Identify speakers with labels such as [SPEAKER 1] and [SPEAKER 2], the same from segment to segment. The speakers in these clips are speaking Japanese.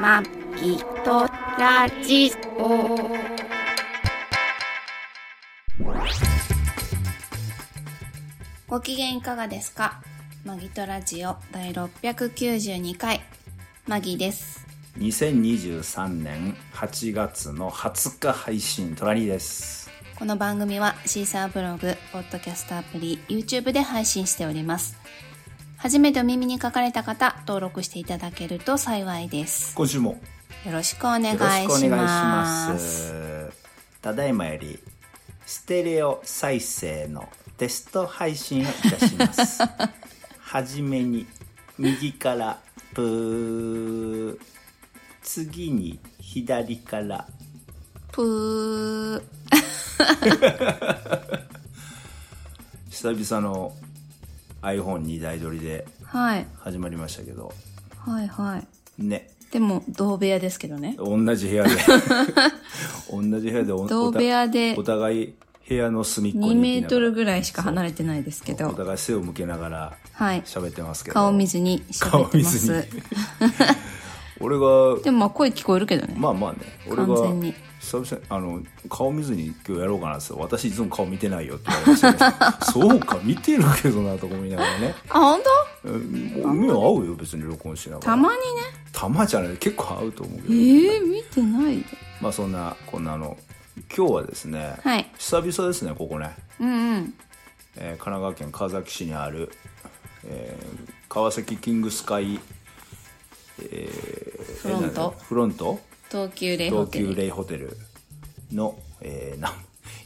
[SPEAKER 1] まきとラジオ。ご機嫌いかがですかマギトラジオ第692回。マギです。
[SPEAKER 2] 2023年8月の20日配信トラリーです
[SPEAKER 1] この番組はシーサーブログ、ポッドキャストアプリ、YouTube で配信しております。初めてお耳に書かれた方、登録していただけると幸いです。
[SPEAKER 2] 今週も
[SPEAKER 1] よろしくお願い
[SPEAKER 2] よ
[SPEAKER 1] し
[SPEAKER 2] ろしく
[SPEAKER 1] ま
[SPEAKER 2] お願い
[SPEAKER 1] す。
[SPEAKER 2] しますただいまよりステレオ再生のテスト配信をいたしますはじめに右からプー次に左から
[SPEAKER 1] ぷー。
[SPEAKER 2] 久々の iPhone2 台撮りで
[SPEAKER 1] はい。
[SPEAKER 2] 始まりましたけど
[SPEAKER 1] はいはい。
[SPEAKER 2] ね
[SPEAKER 1] でも、同部屋ですけどね。
[SPEAKER 2] 同じ部屋で 同じ部屋でお
[SPEAKER 1] 同部屋で
[SPEAKER 2] お互い部屋の隅っこ
[SPEAKER 1] 2メ
[SPEAKER 2] に行きながら
[SPEAKER 1] ートルぐらいしか離れてないですけ
[SPEAKER 2] お
[SPEAKER 1] ど、
[SPEAKER 2] 互い背を向けながら
[SPEAKER 1] はい。
[SPEAKER 2] 喋ってますけど
[SPEAKER 1] 顔見ずに喋ってま
[SPEAKER 2] 顔
[SPEAKER 1] す
[SPEAKER 2] 見。俺が
[SPEAKER 1] でもまあ声聞こえるけどね。
[SPEAKER 2] まあまあね俺が
[SPEAKER 1] 完全に
[SPEAKER 2] 久々にあの顔見ずに今日やろうかなって言ったら私いつも顔見てないよって言われましたけど そうか見てるけどなとか思いながらね
[SPEAKER 1] あ、本当？
[SPEAKER 2] うんもう目は合うよ別に録音しながら
[SPEAKER 1] たまにね。
[SPEAKER 2] たまじゃない結構合うと思うけど、
[SPEAKER 1] ええ見てないよ。
[SPEAKER 2] まあそんなこんなあの今日はですね、
[SPEAKER 1] はい。
[SPEAKER 2] 久々ですねここね
[SPEAKER 1] うんうん。
[SPEAKER 2] えー神奈川県川崎市にある、えー川崎キングスカイ、えー
[SPEAKER 1] フロント
[SPEAKER 2] えーなんだフロント
[SPEAKER 1] 東急レイホ
[SPEAKER 2] 東
[SPEAKER 1] テル。
[SPEAKER 2] 急レイホテルの、えー、な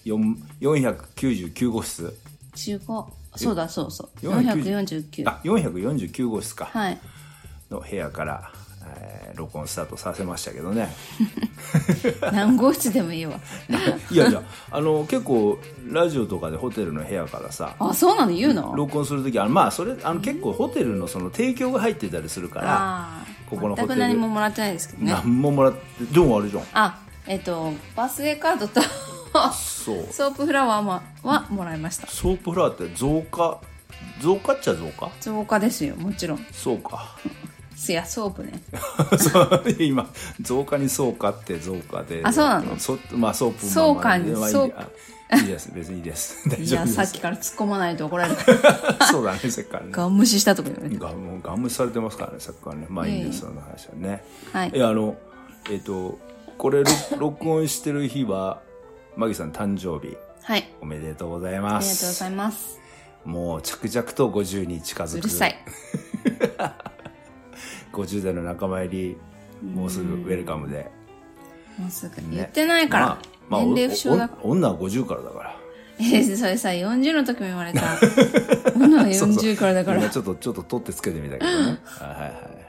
[SPEAKER 2] 4 499号室
[SPEAKER 1] 15。そうだそうそう。
[SPEAKER 2] 490
[SPEAKER 1] 449。
[SPEAKER 2] あ449号室か、
[SPEAKER 1] はい。
[SPEAKER 2] の部屋から、えー録音スタートさせましたけど ね
[SPEAKER 1] 何号室でもいいわ。
[SPEAKER 2] いやいやあの結構ラジオとかでホテルの部屋からさ
[SPEAKER 1] あ、そうなの言うの
[SPEAKER 2] 録音するときはまあそれあの結構ホテルのその提供が入ってたりするから
[SPEAKER 1] ああ
[SPEAKER 2] ここのホ
[SPEAKER 1] ー。全
[SPEAKER 2] テル
[SPEAKER 1] く何ももらってないですけどね。
[SPEAKER 2] 何ももらってでもあれじゃん
[SPEAKER 1] あ、えっと、バースデーカードと
[SPEAKER 2] そう
[SPEAKER 1] ソープフラワーもはもらいました。
[SPEAKER 2] ソープフラワーって増加増加っちゃ増加
[SPEAKER 1] 増加ですよ、もちろん。
[SPEAKER 2] そうか
[SPEAKER 1] いや、ソープね。
[SPEAKER 2] そう今増加にそうかって増加で
[SPEAKER 1] あそうなの
[SPEAKER 2] そまあソープ
[SPEAKER 1] そうかに
[SPEAKER 2] まあまあ
[SPEAKER 1] そう
[SPEAKER 2] まあいいあいいです別にいいです大
[SPEAKER 1] い
[SPEAKER 2] 丈夫
[SPEAKER 1] や、
[SPEAKER 2] です
[SPEAKER 1] さっきから突っ込まないと怒 られる。
[SPEAKER 2] そうだねせっかくね
[SPEAKER 1] が無視したとか言われて。
[SPEAKER 2] ガムガムされてますからねさっきからねまあいいんです、
[SPEAKER 1] い
[SPEAKER 2] その話はね
[SPEAKER 1] はい
[SPEAKER 2] やあのえっ、とこれ録録音してる日はマギさん誕生日
[SPEAKER 1] はい。
[SPEAKER 2] おめでとうござい
[SPEAKER 1] あ
[SPEAKER 2] ま
[SPEAKER 1] りがとうご
[SPEAKER 2] す
[SPEAKER 1] ざいます。
[SPEAKER 2] もう着々と50に近づ
[SPEAKER 1] う
[SPEAKER 2] く
[SPEAKER 1] るさい。
[SPEAKER 2] 50代の仲間入りもうすぐウェルカムで
[SPEAKER 1] もうすぐ。言ってないから。
[SPEAKER 2] まあまあ
[SPEAKER 1] 年齢不詳だ。
[SPEAKER 2] おお女は50からだから
[SPEAKER 1] えー、それさ、40の時も言われ た。女は
[SPEAKER 2] そうそう
[SPEAKER 1] 40からだから。
[SPEAKER 2] 今ちょっとちょっと取ってつけてみたけ どねはいはい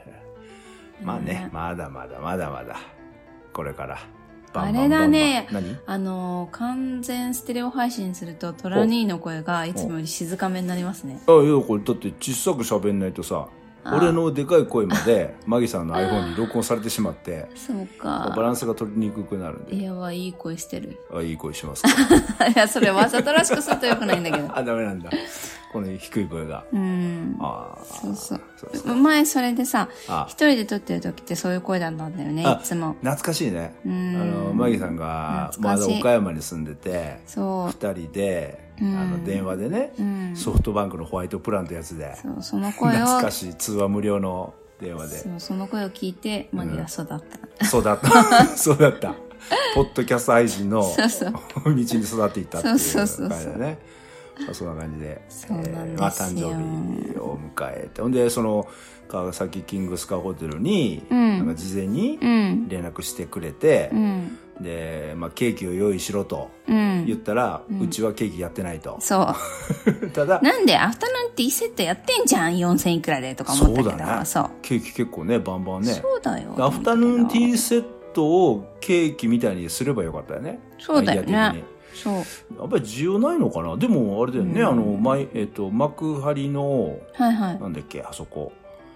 [SPEAKER 2] はいまあね
[SPEAKER 1] うん
[SPEAKER 2] まだまだまだまだこれから
[SPEAKER 1] あれだね
[SPEAKER 2] 何
[SPEAKER 1] あのー、完全ステレオ配信すると、トラニーの声がいつもより静かめになりますね。
[SPEAKER 2] あいやこれだって小さく喋んないとさ
[SPEAKER 1] あー
[SPEAKER 2] 俺のでかい声ま でマギさんの iPhone に録音されてしまって
[SPEAKER 1] そう
[SPEAKER 2] バ
[SPEAKER 1] か。
[SPEAKER 2] ランスが取りにくくなるんで
[SPEAKER 1] いやばい、いい声してる。
[SPEAKER 2] あいい声しますか
[SPEAKER 1] いや、それわざとらしくするとよくないんだけど。
[SPEAKER 2] あダメなんだこの低い声が
[SPEAKER 1] うん。
[SPEAKER 2] ああ
[SPEAKER 1] そうそう
[SPEAKER 2] そうそう
[SPEAKER 1] 前それでさ、
[SPEAKER 2] あ
[SPEAKER 1] 一人で撮ってる時ってそういう声だったんだよね、い
[SPEAKER 2] あ
[SPEAKER 1] つも。
[SPEAKER 2] 懐かしいね
[SPEAKER 1] うー
[SPEAKER 2] あ
[SPEAKER 1] ん。
[SPEAKER 2] のマギさんが
[SPEAKER 1] 懐
[SPEAKER 2] ま
[SPEAKER 1] か
[SPEAKER 2] だ
[SPEAKER 1] しい
[SPEAKER 2] 岡山に住んでて
[SPEAKER 1] そ
[SPEAKER 2] 2人であ
[SPEAKER 1] うん
[SPEAKER 2] の電話でね
[SPEAKER 1] う。うん。
[SPEAKER 2] ソフトバンクのホワイトプランってやつで
[SPEAKER 1] そう、その声を、
[SPEAKER 2] 懐かしい通話無料の電話で
[SPEAKER 1] そうその声を聞いて、マギは育った。
[SPEAKER 2] そうだった そうだったポッドキャスト配信の
[SPEAKER 1] そうそう。
[SPEAKER 2] 道に育っていったっていう
[SPEAKER 1] そうそうそうそう
[SPEAKER 2] 感じだねまあそんな感じで
[SPEAKER 1] そうなんですよ
[SPEAKER 2] えーまあ、誕生日を迎えてほんでその川崎キングスカホテルに、
[SPEAKER 1] うん
[SPEAKER 2] なんか事前に
[SPEAKER 1] うん。
[SPEAKER 2] 連絡してくれて
[SPEAKER 1] う、ん。
[SPEAKER 2] で、まあ、ケーキを用意しろと
[SPEAKER 1] うん。
[SPEAKER 2] 言ったら、
[SPEAKER 1] う
[SPEAKER 2] うんちはケーキやってないと
[SPEAKER 1] そ
[SPEAKER 2] ただ
[SPEAKER 1] う。なんで、アフタヌーンティーセットやってんじゃん ?4000 いくらでとか思ったけど。
[SPEAKER 2] そうだね
[SPEAKER 1] そう。
[SPEAKER 2] ケーキ結構ねバンバンね
[SPEAKER 1] そうだよ。
[SPEAKER 2] アフタヌーンティ
[SPEAKER 1] ー
[SPEAKER 2] ーセットをケーキみたいにすればよかったよね
[SPEAKER 1] そうだよね
[SPEAKER 2] アイデア的に
[SPEAKER 1] そう。
[SPEAKER 2] やっぱり需要ないのかなでもあれだよね、
[SPEAKER 1] うん
[SPEAKER 2] あの、まいえっと幕張の
[SPEAKER 1] はいはい。
[SPEAKER 2] なんだっけあそこ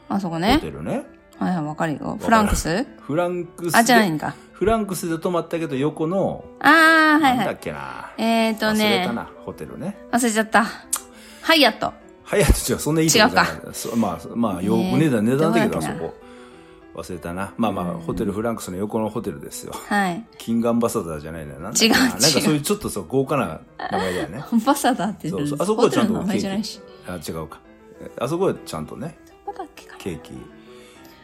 [SPEAKER 1] あそこ
[SPEAKER 2] ホ
[SPEAKER 1] ね。
[SPEAKER 2] テルね
[SPEAKER 1] はいはい、わかるよ。
[SPEAKER 2] る
[SPEAKER 1] フランクス
[SPEAKER 2] フランクスで
[SPEAKER 1] あ、じゃないんか。
[SPEAKER 2] フランクスで泊まったけど横の、
[SPEAKER 1] あー、はい
[SPEAKER 2] なん
[SPEAKER 1] は
[SPEAKER 2] だ
[SPEAKER 1] い。
[SPEAKER 2] っけな、
[SPEAKER 1] えーと
[SPEAKER 2] 忘れ
[SPEAKER 1] ね
[SPEAKER 2] た、なホテルね
[SPEAKER 1] 忘れちゃった。ハイアット。
[SPEAKER 2] 早く違うそんないいとこじゃない
[SPEAKER 1] 違
[SPEAKER 2] そまあまあ、よ
[SPEAKER 1] ねえ
[SPEAKER 2] お値段値段だけ
[SPEAKER 1] ど
[SPEAKER 2] ど
[SPEAKER 1] う
[SPEAKER 2] あ
[SPEAKER 1] だ
[SPEAKER 2] そ
[SPEAKER 1] っけな
[SPEAKER 2] こ忘れたなまあまあ、ホテルフランクスの横のホテルですよ
[SPEAKER 1] はい。
[SPEAKER 2] キングアンバサダーじゃないんだよな
[SPEAKER 1] 違う
[SPEAKER 2] なんかな
[SPEAKER 1] 違う
[SPEAKER 2] なんかそういうちょっとそう豪華な名前だよね
[SPEAKER 1] アンバサダーって
[SPEAKER 2] そうそうあそこはちゃんと
[SPEAKER 1] ホテルの名前じゃないし。
[SPEAKER 2] あ違うかえあそこはちゃんとね
[SPEAKER 1] どこだっけか
[SPEAKER 2] ケーキ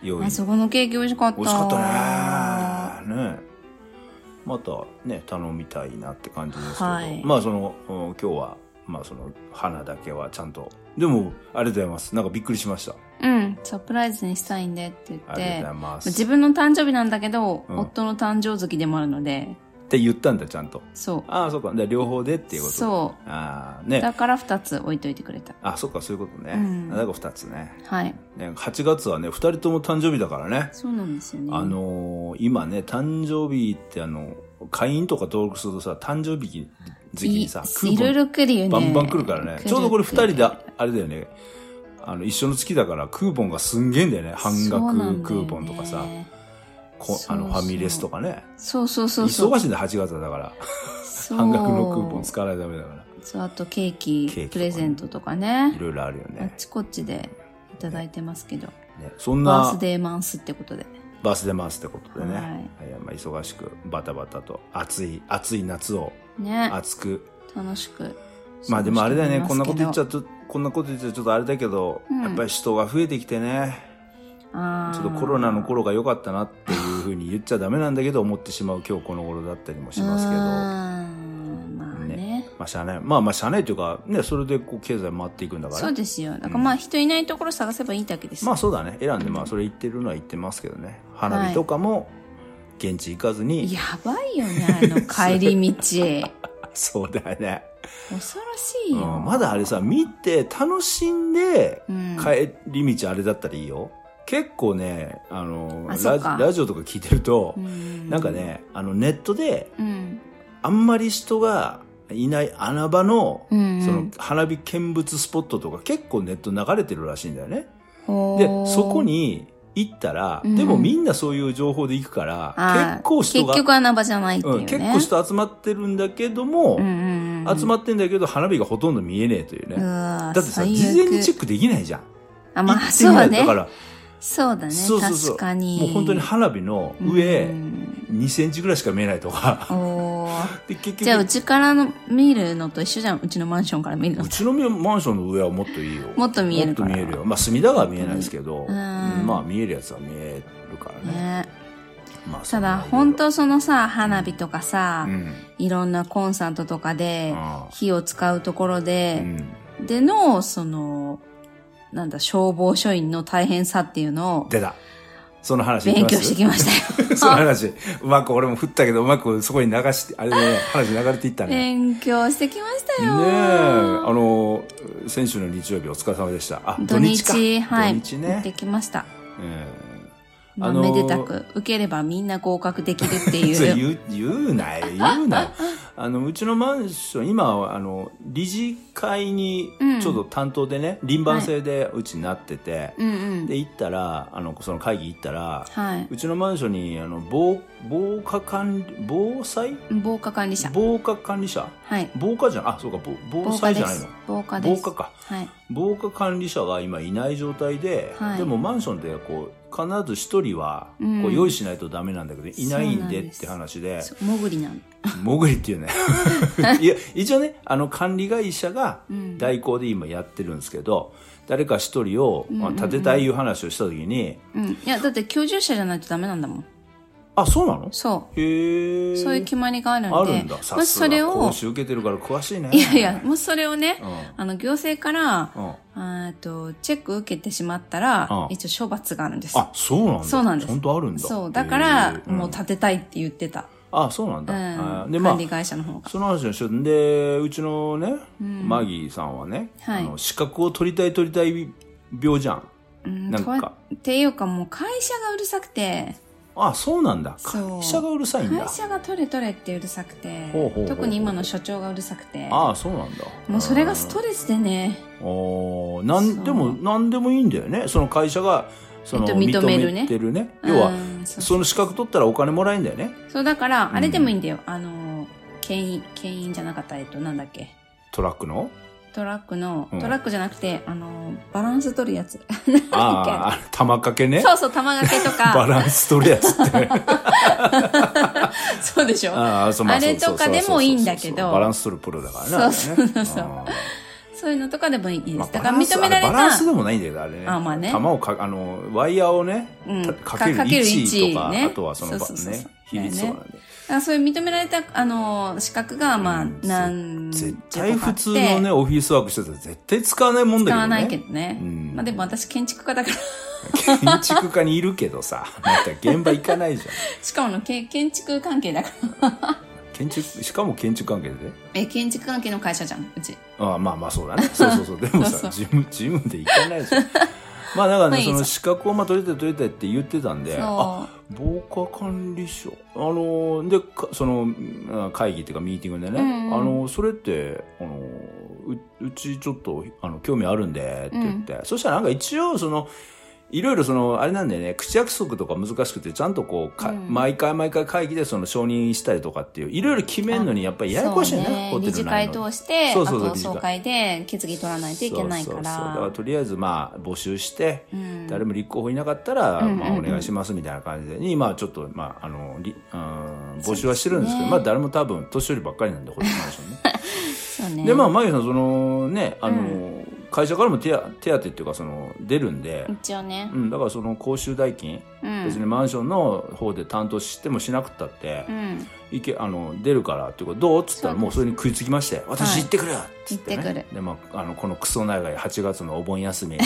[SPEAKER 2] 用
[SPEAKER 1] な。
[SPEAKER 2] 意
[SPEAKER 1] あそこのケーキ美味しかった。
[SPEAKER 2] 美味しかったねねまたね頼みたいなって感じですけど、
[SPEAKER 1] はい
[SPEAKER 2] まあそのうん今日はまあその花だけはちゃんとでもありがとうございますなんかびっくりしました
[SPEAKER 1] うん、サプライズにしたいんでって言っ
[SPEAKER 2] ありがとうご
[SPEAKER 1] て
[SPEAKER 2] ざい、ます
[SPEAKER 1] 自分の誕生日なんだけど、
[SPEAKER 2] うん
[SPEAKER 1] 夫の誕生月でもあるので、
[SPEAKER 2] って言ったんだちゃんと
[SPEAKER 1] そう。
[SPEAKER 2] ああそうかで両方でっていうこと
[SPEAKER 1] そ
[SPEAKER 2] ああ
[SPEAKER 1] う。
[SPEAKER 2] ね
[SPEAKER 1] だから2つ置いといてくれた。
[SPEAKER 2] あそうかそういうことね、
[SPEAKER 1] うん
[SPEAKER 2] なんか2つね
[SPEAKER 1] はい。
[SPEAKER 2] ね8月はね2人とも誕生日だからね
[SPEAKER 1] そうなんですよね。
[SPEAKER 2] あのー今ね誕生日ってあの会員とか登録するとさ誕生日時期にさク
[SPEAKER 1] いい
[SPEAKER 2] ーポ
[SPEAKER 1] ろ
[SPEAKER 2] ン
[SPEAKER 1] いろ来るよね。
[SPEAKER 2] バンバン来るからね。ちょうどこれ二人で、
[SPEAKER 1] だ
[SPEAKER 2] あれだよね。あの、一緒の月だから、クーポンがすんげえんだよね。半額クーポンとかさ、こあの、
[SPEAKER 1] そう
[SPEAKER 2] フ
[SPEAKER 1] そう
[SPEAKER 2] ァミレスとかね。
[SPEAKER 1] そうそうそうそう。
[SPEAKER 2] 忙しいんだよ、8月はだから。
[SPEAKER 1] そう
[SPEAKER 2] 半額のクーポン使わないとダメだから。
[SPEAKER 1] そう、あとケーキ、
[SPEAKER 2] ケーキとかね
[SPEAKER 1] プレゼントとか
[SPEAKER 2] い
[SPEAKER 1] ね。
[SPEAKER 2] ろいろあるよ
[SPEAKER 1] あっ
[SPEAKER 2] ね。
[SPEAKER 1] ちこっちでいただいてますけど。
[SPEAKER 2] ねそん
[SPEAKER 1] バー
[SPEAKER 2] な
[SPEAKER 1] スデーマンスってことで。
[SPEAKER 2] バースデーマウスってことでね。
[SPEAKER 1] はい
[SPEAKER 2] いやまあ、忙しく、バタバタと、暑い、暑い夏を
[SPEAKER 1] ね。
[SPEAKER 2] 熱く。
[SPEAKER 1] 楽しく。
[SPEAKER 2] まあでもあれだよね、
[SPEAKER 1] 過
[SPEAKER 2] こ
[SPEAKER 1] ご
[SPEAKER 2] んな
[SPEAKER 1] し
[SPEAKER 2] こ
[SPEAKER 1] て
[SPEAKER 2] と
[SPEAKER 1] おり
[SPEAKER 2] 言
[SPEAKER 1] ま
[SPEAKER 2] っちゃ
[SPEAKER 1] す
[SPEAKER 2] うと、こんなこと言っちゃうとちょっとあれだけど、
[SPEAKER 1] うん
[SPEAKER 2] やっぱり人が増えてきてね。
[SPEAKER 1] けどあ
[SPEAKER 2] ちょ
[SPEAKER 1] ー
[SPEAKER 2] っとコロナの頃が良かったなっていうふうに言っちゃダメなんだけど思ってしまう今日この頃だったりもしますけど
[SPEAKER 1] うーんまあね
[SPEAKER 2] まあ社内まあまあ社内というかねそれでこう経済回っていくんだか
[SPEAKER 1] そ
[SPEAKER 2] ら
[SPEAKER 1] うですよだからまあ人いないところ探せばいいだけです
[SPEAKER 2] ま
[SPEAKER 1] よ、
[SPEAKER 2] あそうだね選んでまあそれ言ってるのは言ってますけどね花火とかも現地行かずに、
[SPEAKER 1] やばいよねあの帰り道
[SPEAKER 2] そうだよね、
[SPEAKER 1] 恐ろしいよ、
[SPEAKER 2] うん、まだあれさ見て楽しんで
[SPEAKER 1] うん
[SPEAKER 2] 帰り道あれだったらいいよ結構ねあの
[SPEAKER 1] あそ
[SPEAKER 2] ラ
[SPEAKER 1] う
[SPEAKER 2] ジ
[SPEAKER 1] か
[SPEAKER 2] ラジオとか聞いてると、
[SPEAKER 1] うん
[SPEAKER 2] なんかねあのネットで
[SPEAKER 1] うん
[SPEAKER 2] あんまり人がいない穴場の、
[SPEAKER 1] うん
[SPEAKER 2] その花火見物スポットとか結構ネット流れてるらしいんだよね。
[SPEAKER 1] ほ
[SPEAKER 2] で、
[SPEAKER 1] ー
[SPEAKER 2] そこに行ったら、
[SPEAKER 1] うん
[SPEAKER 2] でもみんなそういう情報で行くから、
[SPEAKER 1] あー
[SPEAKER 2] 結構人が、
[SPEAKER 1] 結局穴場じゃないっていう
[SPEAKER 2] うん
[SPEAKER 1] ね、
[SPEAKER 2] 結構人集まってるんだけども、
[SPEAKER 1] うんうんうん
[SPEAKER 2] 集まってんだけど花火がほとんど見えねえというね。
[SPEAKER 1] う
[SPEAKER 2] だ
[SPEAKER 1] わー
[SPEAKER 2] ってさ、
[SPEAKER 1] 最悪
[SPEAKER 2] 事前にチェックできないじゃん。
[SPEAKER 1] あま
[SPEAKER 2] 行
[SPEAKER 1] あ
[SPEAKER 2] ってみ
[SPEAKER 1] そ
[SPEAKER 2] な
[SPEAKER 1] う
[SPEAKER 2] いとだ
[SPEAKER 1] ね
[SPEAKER 2] から、
[SPEAKER 1] そうだね
[SPEAKER 2] そうそうそう
[SPEAKER 1] 確かに
[SPEAKER 2] もう本当に花火の上、
[SPEAKER 1] うん
[SPEAKER 2] 2センチぐらいしか見えないとか。
[SPEAKER 1] おー
[SPEAKER 2] で結局
[SPEAKER 1] じゃあうちからの見るのと一緒じゃんうちのマンションから見るの
[SPEAKER 2] う
[SPEAKER 1] と
[SPEAKER 2] ちのマンションの上はもっといいよ。
[SPEAKER 1] もっと見えるから
[SPEAKER 2] もっと見えるよ。まあ、隅田川は見えないですけど、
[SPEAKER 1] うん
[SPEAKER 2] まあ、見えるやつは見えるからね。
[SPEAKER 1] ね
[SPEAKER 2] まあ、
[SPEAKER 1] ただ本
[SPEAKER 2] は、
[SPEAKER 1] 当そのさ花火とかさ、
[SPEAKER 2] うん。
[SPEAKER 1] いろんなコンサートとかで
[SPEAKER 2] ああ
[SPEAKER 1] 火を使うところ
[SPEAKER 2] う
[SPEAKER 1] で、
[SPEAKER 2] ん
[SPEAKER 1] でのそのなんだ消防署員の大変さっていうのを
[SPEAKER 2] 出た。その話いき
[SPEAKER 1] 勉
[SPEAKER 2] ます
[SPEAKER 1] 強してきま したよ
[SPEAKER 2] その話。うまく俺も振ったけど、うまくそこに流して、あれでね、話流れていったね。ね
[SPEAKER 1] 勉強してきました
[SPEAKER 2] え。
[SPEAKER 1] よ
[SPEAKER 2] あの、先週の日曜日お疲れ様でした。あ、
[SPEAKER 1] 土
[SPEAKER 2] 土日か。
[SPEAKER 1] 日はい
[SPEAKER 2] 土日
[SPEAKER 1] 行って
[SPEAKER 2] ね。
[SPEAKER 1] きました、
[SPEAKER 2] うん
[SPEAKER 1] まあ
[SPEAKER 2] あのー
[SPEAKER 1] めでたく受ければみんな合格できるって い
[SPEAKER 2] そう
[SPEAKER 1] う
[SPEAKER 2] 言う言うなよ言うなよあのうちのマンション今はあの理事会に
[SPEAKER 1] うん
[SPEAKER 2] ちょっと担当でね、輪番制でうちになってて、
[SPEAKER 1] うんうん
[SPEAKER 2] で行ったらあのその会議行ったら
[SPEAKER 1] はいう
[SPEAKER 2] ちのマンションにあの防防火管理防災
[SPEAKER 1] 防火管理者
[SPEAKER 2] 防火管理者
[SPEAKER 1] はい
[SPEAKER 2] 防火じゃんあそうか防防
[SPEAKER 1] 防火
[SPEAKER 2] 災
[SPEAKER 1] で
[SPEAKER 2] じゃない
[SPEAKER 1] す
[SPEAKER 2] の
[SPEAKER 1] 防火です
[SPEAKER 2] 防火か
[SPEAKER 1] はい
[SPEAKER 2] 防火管理者が今いない状態で、
[SPEAKER 1] はい
[SPEAKER 2] でもマンションってこう必ず一人は
[SPEAKER 1] うん
[SPEAKER 2] こう用意しないとダメなんだけど、いないんでって
[SPEAKER 1] そうなん
[SPEAKER 2] 話で
[SPEAKER 1] そう潜りなの
[SPEAKER 2] 潜 りっていうねいや一応ねあの管理会社が
[SPEAKER 1] うん
[SPEAKER 2] 代行で今やってるんですけど誰か一人を
[SPEAKER 1] うんうんうん
[SPEAKER 2] 立てたいいう話をした時に、
[SPEAKER 1] うん、いやだって居住者じゃないとダメなんだもん
[SPEAKER 2] あそうなの
[SPEAKER 1] そ
[SPEAKER 2] へえ
[SPEAKER 1] うそういう決まりがある
[SPEAKER 2] あ
[SPEAKER 1] んで
[SPEAKER 2] るんださ
[SPEAKER 1] もし
[SPEAKER 2] す
[SPEAKER 1] それ
[SPEAKER 2] が
[SPEAKER 1] を
[SPEAKER 2] 講習受けてるから詳しいね
[SPEAKER 1] いやいやもしそれをね、
[SPEAKER 2] う
[SPEAKER 1] あの行政から
[SPEAKER 2] ん、うん、
[SPEAKER 1] あーとチェック受けてしまったら、
[SPEAKER 2] うん
[SPEAKER 1] 一応処罰があるんです
[SPEAKER 2] あそうなんだ
[SPEAKER 1] そうなんです
[SPEAKER 2] 本当あるんだ
[SPEAKER 1] そうだから
[SPEAKER 2] へ、え
[SPEAKER 1] もう
[SPEAKER 2] うん
[SPEAKER 1] 建てたいって言ってた、
[SPEAKER 2] あそうなん
[SPEAKER 1] う
[SPEAKER 2] だ、あ
[SPEAKER 1] ん
[SPEAKER 2] でまあ
[SPEAKER 1] 管理会社の方が
[SPEAKER 2] その話をしてたんでうちのね、
[SPEAKER 1] うん
[SPEAKER 2] マギーさんはね、
[SPEAKER 1] はい
[SPEAKER 2] あの資格を取りたい取りたい病じゃん
[SPEAKER 1] うん
[SPEAKER 2] なんか
[SPEAKER 1] とはっていうかもう会社がうるさくて
[SPEAKER 2] あそうなんだ
[SPEAKER 1] そう
[SPEAKER 2] 会社がうるさいんだ
[SPEAKER 1] 会社が取れ取れってうるさくて
[SPEAKER 2] ほうほうほうほう
[SPEAKER 1] 特に今の所長がうるさくて
[SPEAKER 2] ああそうなんだ
[SPEAKER 1] もうそれがストレスでね
[SPEAKER 2] おなんでも
[SPEAKER 1] そう
[SPEAKER 2] 何でもいいんだよねその会社がその、
[SPEAKER 1] えっと認めるね
[SPEAKER 2] 認めてるね要は、
[SPEAKER 1] うんそう
[SPEAKER 2] その資格取ったらお金もらえんだよね
[SPEAKER 1] そうだから
[SPEAKER 2] ん
[SPEAKER 1] あれでもいいんだよ、あの牽引牽引じゃなかったえっとなんだっけ
[SPEAKER 2] トラックの
[SPEAKER 1] トラックの、
[SPEAKER 2] うん
[SPEAKER 1] トラックじゃなくて、あの、バランス取るやつ。
[SPEAKER 2] ああ、玉掛け ね。
[SPEAKER 1] そうそう、玉掛けと
[SPEAKER 2] バ
[SPEAKER 1] か、
[SPEAKER 2] ランス取るやつって。
[SPEAKER 1] そうでしょ
[SPEAKER 2] ああ、そう、ま
[SPEAKER 1] あれとかでもいいんだけど
[SPEAKER 2] そうそうそうそうバランス取るプロだからね。
[SPEAKER 1] そうそうそう
[SPEAKER 2] あれね
[SPEAKER 1] そういうのとかでもいい
[SPEAKER 2] うん
[SPEAKER 1] で
[SPEAKER 2] まあ
[SPEAKER 1] す。だから認められ
[SPEAKER 2] バラン
[SPEAKER 1] た
[SPEAKER 2] ス、でもないんだけど、あれね。
[SPEAKER 1] あまあね
[SPEAKER 2] 球をか、あの、ワイヤーをね、
[SPEAKER 1] うん
[SPEAKER 2] たかけ
[SPEAKER 1] かけ
[SPEAKER 2] る
[SPEAKER 1] る
[SPEAKER 2] 位
[SPEAKER 1] 位
[SPEAKER 2] 置
[SPEAKER 1] 置
[SPEAKER 2] とか、
[SPEAKER 1] ね
[SPEAKER 2] あとはそのば
[SPEAKER 1] そうそうそう
[SPEAKER 2] ね、比率とかなんで。
[SPEAKER 1] あそういう認められた、あの、資格が、まあ、
[SPEAKER 2] うん
[SPEAKER 1] なん、
[SPEAKER 2] 絶対普通のね、、オフィスワークしてたら絶対使わないもんだけどね。
[SPEAKER 1] 使わないけどね。
[SPEAKER 2] うん
[SPEAKER 1] まあでも私建築家だから、
[SPEAKER 2] 建築家にいるけどさ、なんか現場行かないじゃん。
[SPEAKER 1] しかものけ建築関係だから。
[SPEAKER 2] 建築、しかも建築関係でね。
[SPEAKER 1] え、建築関係の会社じゃん、うち。
[SPEAKER 2] ああまあまあそうだね。そうそう そう。でも
[SPEAKER 1] そ
[SPEAKER 2] さ、
[SPEAKER 1] う
[SPEAKER 2] ジム、ジムで行かないじゃん。まあだか
[SPEAKER 1] ま
[SPEAKER 2] ら
[SPEAKER 1] あい
[SPEAKER 2] ね、
[SPEAKER 1] い
[SPEAKER 2] そ
[SPEAKER 1] じゃん
[SPEAKER 2] の資格をまあ取れて取れてって言ってたんで、あ、
[SPEAKER 1] そ
[SPEAKER 2] 防火管理省。あのー、で、かそのうん会議っていうかミーティングでね、
[SPEAKER 1] うんうん
[SPEAKER 2] あのー、それって、あのー、ううちちょっとあの興味あるんでって言って、そしたらなんか一応その、いろいろその、あれなんだよね、口約束とか難しくて、ちゃんとこう、か
[SPEAKER 1] うん
[SPEAKER 2] 毎回毎回会議でその承認したりとかっていう、いろいろ決めるのにやっぱ
[SPEAKER 1] う。
[SPEAKER 2] りややこしいね、
[SPEAKER 1] そう
[SPEAKER 2] ホ
[SPEAKER 1] 理
[SPEAKER 2] テル
[SPEAKER 1] 事会
[SPEAKER 2] 内の。
[SPEAKER 1] 通して、
[SPEAKER 2] そうそうそう
[SPEAKER 1] あと
[SPEAKER 2] 理事会
[SPEAKER 1] 総会で決議取らないといけないから。
[SPEAKER 2] そうそうそうだからとりあえずまあ募集して、
[SPEAKER 1] うん
[SPEAKER 2] 誰も立候補いなかったら、
[SPEAKER 1] うんうんうん
[SPEAKER 2] まあ、お願いしますみたいな感じで、今ちょっと、まあ、あのりうん募集はしてるんですけ
[SPEAKER 1] そうです
[SPEAKER 2] ど
[SPEAKER 1] ね
[SPEAKER 2] まあ誰も多分年寄りばっかりなんでこっちの話は ね。
[SPEAKER 1] そうね。
[SPEAKER 2] でまあマギさんそのねあの、
[SPEAKER 1] う
[SPEAKER 2] 会社からも手当手当てっていうかその出るんで、
[SPEAKER 1] 一応ね
[SPEAKER 2] う。ん、だからその公衆代金、
[SPEAKER 1] うん。
[SPEAKER 2] 別にマンションの方で担当してもしなくったって
[SPEAKER 1] う、ん。
[SPEAKER 2] いけあの出るからっていうことどうっつったら
[SPEAKER 1] そう
[SPEAKER 2] もうそれに食いつきまして「私行ってくる!」っつって,、ね
[SPEAKER 1] 行ってく
[SPEAKER 2] で、まあ、あのこのクソ長い8月のお盆 休み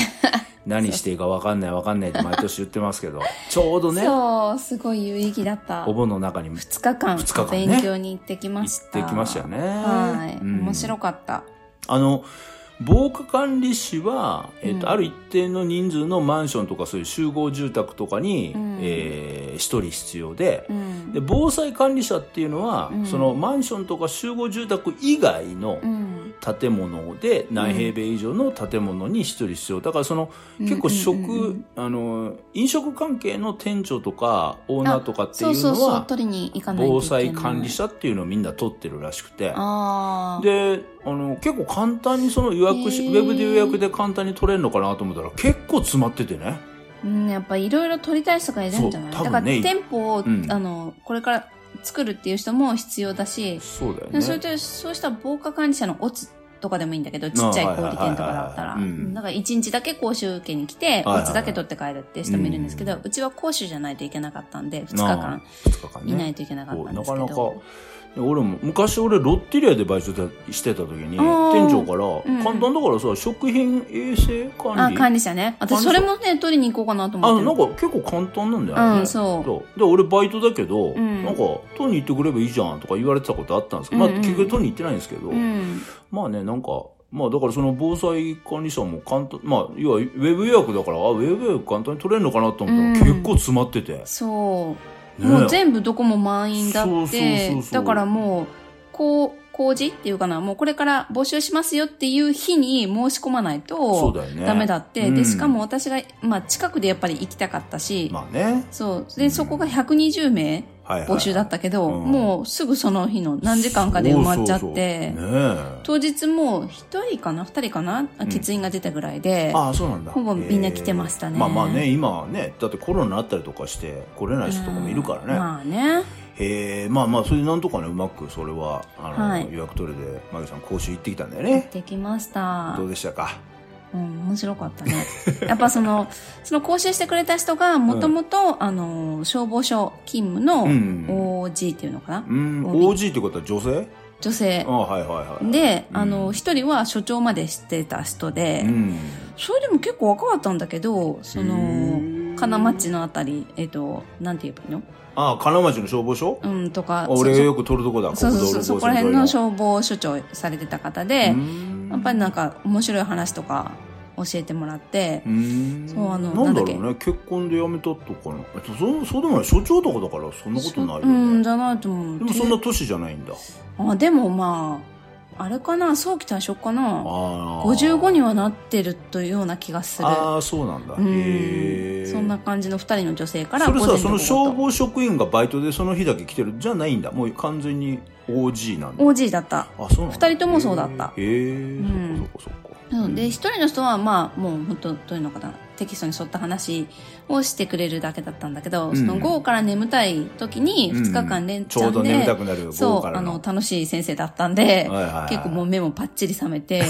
[SPEAKER 2] 何していいか分かんない分かんないって毎年言ってますけどちょうどね
[SPEAKER 1] そう、すごい有意義だった。
[SPEAKER 2] お盆の中に行
[SPEAKER 1] 2日間
[SPEAKER 2] 二日間ね
[SPEAKER 1] 勉強に行ってきまし。
[SPEAKER 2] ったてきましたよね。
[SPEAKER 1] はい。
[SPEAKER 2] うん
[SPEAKER 1] 面白かった。
[SPEAKER 2] あの防火管理士は、えっと
[SPEAKER 1] うん
[SPEAKER 2] ある一定の人数のマンションとかそういう集合住宅とかに、
[SPEAKER 1] うん
[SPEAKER 2] えー、1人必要で,、
[SPEAKER 1] うん。
[SPEAKER 2] で防災管理者っていうのは、
[SPEAKER 1] うん
[SPEAKER 2] そのマンションとか集合住宅以外の、
[SPEAKER 1] うん。
[SPEAKER 2] 建物で何平米以上の建物に一人必要だからその結構食、
[SPEAKER 1] うんうんうんうん
[SPEAKER 2] あの飲食関係の店長とかオーナーとかってい
[SPEAKER 1] そう
[SPEAKER 2] う
[SPEAKER 1] そう
[SPEAKER 2] の
[SPEAKER 1] そう、
[SPEAKER 2] は
[SPEAKER 1] 取りに行かないとい
[SPEAKER 2] 防
[SPEAKER 1] けない
[SPEAKER 2] 災管理者っていうのをみんな取ってるらしくて
[SPEAKER 1] ああ。
[SPEAKER 2] であの結構簡単にその予約し
[SPEAKER 1] へ
[SPEAKER 2] ウ
[SPEAKER 1] ー
[SPEAKER 2] ェブで予約で簡単に取れるのかなと思ったら結構詰まっててね
[SPEAKER 1] うん、やっぱいろいろ取りたい人がいるんじゃない、
[SPEAKER 2] そう多
[SPEAKER 1] だ
[SPEAKER 2] 分
[SPEAKER 1] から
[SPEAKER 2] ね
[SPEAKER 1] 店舗を、
[SPEAKER 2] うん
[SPEAKER 1] あの、これから作るっていう人も必要だし、
[SPEAKER 2] そうだよ
[SPEAKER 1] で
[SPEAKER 2] ね
[SPEAKER 1] もそれと、そうした防火管理者のオツとかでもいいんだけど、ちっちゃい小売店とかだった
[SPEAKER 2] あ
[SPEAKER 1] ら
[SPEAKER 2] はいはいはいはいうん、
[SPEAKER 1] だから一日だけ講習受けに来て、
[SPEAKER 2] はいはい
[SPEAKER 1] オツだけ取って帰るっていう人もいるんですけど、
[SPEAKER 2] う
[SPEAKER 1] うんちは講習じゃないといけなかったんで、2日
[SPEAKER 2] あ
[SPEAKER 1] 間
[SPEAKER 2] 二日間ね
[SPEAKER 1] いないといけなかったんですけ
[SPEAKER 2] なかなか
[SPEAKER 1] ど。
[SPEAKER 2] で俺も昔俺ロッテリアでバイトしてた時に
[SPEAKER 1] あー
[SPEAKER 2] 店長から、
[SPEAKER 1] んうん
[SPEAKER 2] 簡単だからさ食品衛生管理
[SPEAKER 1] あ、管理者ね。私それもね、取りに行こうかなと
[SPEAKER 2] あ
[SPEAKER 1] 思
[SPEAKER 2] の
[SPEAKER 1] ってる
[SPEAKER 2] なんか結構簡単なんだよね、
[SPEAKER 1] うんそう
[SPEAKER 2] で俺バイトだけど、
[SPEAKER 1] うん
[SPEAKER 2] なんか取りに行ってくればいいじゃんとか言われてたことあったんですけど、
[SPEAKER 1] うんう
[SPEAKER 2] まあ
[SPEAKER 1] ん
[SPEAKER 2] 結局取りに行ってないんですけど、
[SPEAKER 1] うん。
[SPEAKER 2] まあねなんかまあだからその防災管理者も簡単まあ要はウェブ予約だからあウェブ予約簡単に取れるのかなと思ったら、
[SPEAKER 1] うん
[SPEAKER 2] 結構詰まってて、ね
[SPEAKER 1] そう。
[SPEAKER 2] え、
[SPEAKER 1] もう全部どこも満員だ
[SPEAKER 2] そう
[SPEAKER 1] っ
[SPEAKER 2] そうそう
[SPEAKER 1] て
[SPEAKER 2] そう、
[SPEAKER 1] だからもう、こう、工事っていうかな、もうこれから募集しますよっていう日に申し込まない
[SPEAKER 2] そう
[SPEAKER 1] と
[SPEAKER 2] だよね
[SPEAKER 1] ダメだって、
[SPEAKER 2] うん
[SPEAKER 1] で、しかも私が、まあ近くでやっぱり行きたかったし、
[SPEAKER 2] まあね、
[SPEAKER 1] そう。
[SPEAKER 2] うん
[SPEAKER 1] で、そこが120名
[SPEAKER 2] はいはい、
[SPEAKER 1] 募集だったけど、
[SPEAKER 2] うん
[SPEAKER 1] もうすぐその日の何時間かで埋まっちゃって、
[SPEAKER 2] そうそうそうねえ
[SPEAKER 1] 当日もう1人かな、2人かな、
[SPEAKER 2] ん
[SPEAKER 1] 欠員が出たぐらいで、
[SPEAKER 2] ああそうなんだ
[SPEAKER 1] ほぼみんな来てましたね
[SPEAKER 2] えーまあまあね今はねだってコロナあったりとかして来れない人とかもいるからね、
[SPEAKER 1] うんまあね。
[SPEAKER 2] へえまあまあそれでなんとかねうまくそれはあの、
[SPEAKER 1] はい
[SPEAKER 2] 予約取れでマギさん講習行ってきたんだよ
[SPEAKER 1] 行っ
[SPEAKER 2] ね
[SPEAKER 1] てきました
[SPEAKER 2] ど。うでしたか
[SPEAKER 1] うん、面白かったね。 やっぱその、その講習してくれた人が、もともと、あの、消防署勤務の
[SPEAKER 2] うん、
[SPEAKER 1] OG っていうのかな、
[SPEAKER 2] うん、
[SPEAKER 1] 帯
[SPEAKER 2] OG ってことは女性
[SPEAKER 1] 女性
[SPEAKER 2] あ。はいはいはい
[SPEAKER 1] で、
[SPEAKER 2] うん
[SPEAKER 1] あの、一人は所長までしてた人で、
[SPEAKER 2] うん
[SPEAKER 1] それでも結構若かったんだけど、その、金町のあたり、えっ、と、なんて言えばいい
[SPEAKER 2] ああ金町の消防署、
[SPEAKER 1] のうん、とか、
[SPEAKER 2] 俺が
[SPEAKER 1] そ
[SPEAKER 2] よく取るとこだ
[SPEAKER 1] そうそうそう、そこら辺の
[SPEAKER 2] 防
[SPEAKER 1] 消防署長されてた方
[SPEAKER 2] 災
[SPEAKER 1] で、
[SPEAKER 2] うん
[SPEAKER 1] やっぱりなんか面白い話とか教えてもらって、
[SPEAKER 2] うん
[SPEAKER 1] そうあの
[SPEAKER 2] なんだろ
[SPEAKER 1] なん
[SPEAKER 2] う
[SPEAKER 1] だ
[SPEAKER 2] ね結婚で辞めたとかなえっとそうそうでもない所長とかだからそんなことないよね、
[SPEAKER 1] うん、じゃないと思う。
[SPEAKER 2] でもそんな年じゃないんだ
[SPEAKER 1] あでもまああれかな早期退職かな
[SPEAKER 2] ああ
[SPEAKER 1] 55にはなってるというような気がする
[SPEAKER 2] ああそうなんだ、
[SPEAKER 1] うん
[SPEAKER 2] へえ
[SPEAKER 1] そんんな感じの2人の女性から
[SPEAKER 2] それさその
[SPEAKER 1] 午前
[SPEAKER 2] 消
[SPEAKER 1] 午後
[SPEAKER 2] 防職員がバイトでその日だけ来てるじゃないんだもう完全に OG なんだ
[SPEAKER 1] と OG だった
[SPEAKER 2] あそうなんだ
[SPEAKER 1] 二人ともそうだった
[SPEAKER 2] へえ
[SPEAKER 1] ん
[SPEAKER 2] そっかそっかそっか
[SPEAKER 1] なので、一人の人は、まあ、もう、本当どういうのかな、テキストに沿った話をしてくれるだけだったんだけど、
[SPEAKER 2] うん
[SPEAKER 1] その午後から眠たい時に、
[SPEAKER 2] うん
[SPEAKER 1] 2日間連チ
[SPEAKER 2] ちょ
[SPEAKER 1] ャ
[SPEAKER 2] う
[SPEAKER 1] ン
[SPEAKER 2] ど
[SPEAKER 1] で、
[SPEAKER 2] 眠たくなる午
[SPEAKER 1] そ
[SPEAKER 2] 後
[SPEAKER 1] う、
[SPEAKER 2] か
[SPEAKER 1] あ
[SPEAKER 2] らの
[SPEAKER 1] の、楽しい先生だったんで、
[SPEAKER 2] はいはいはい
[SPEAKER 1] 結構もう目もパッチリ覚め て、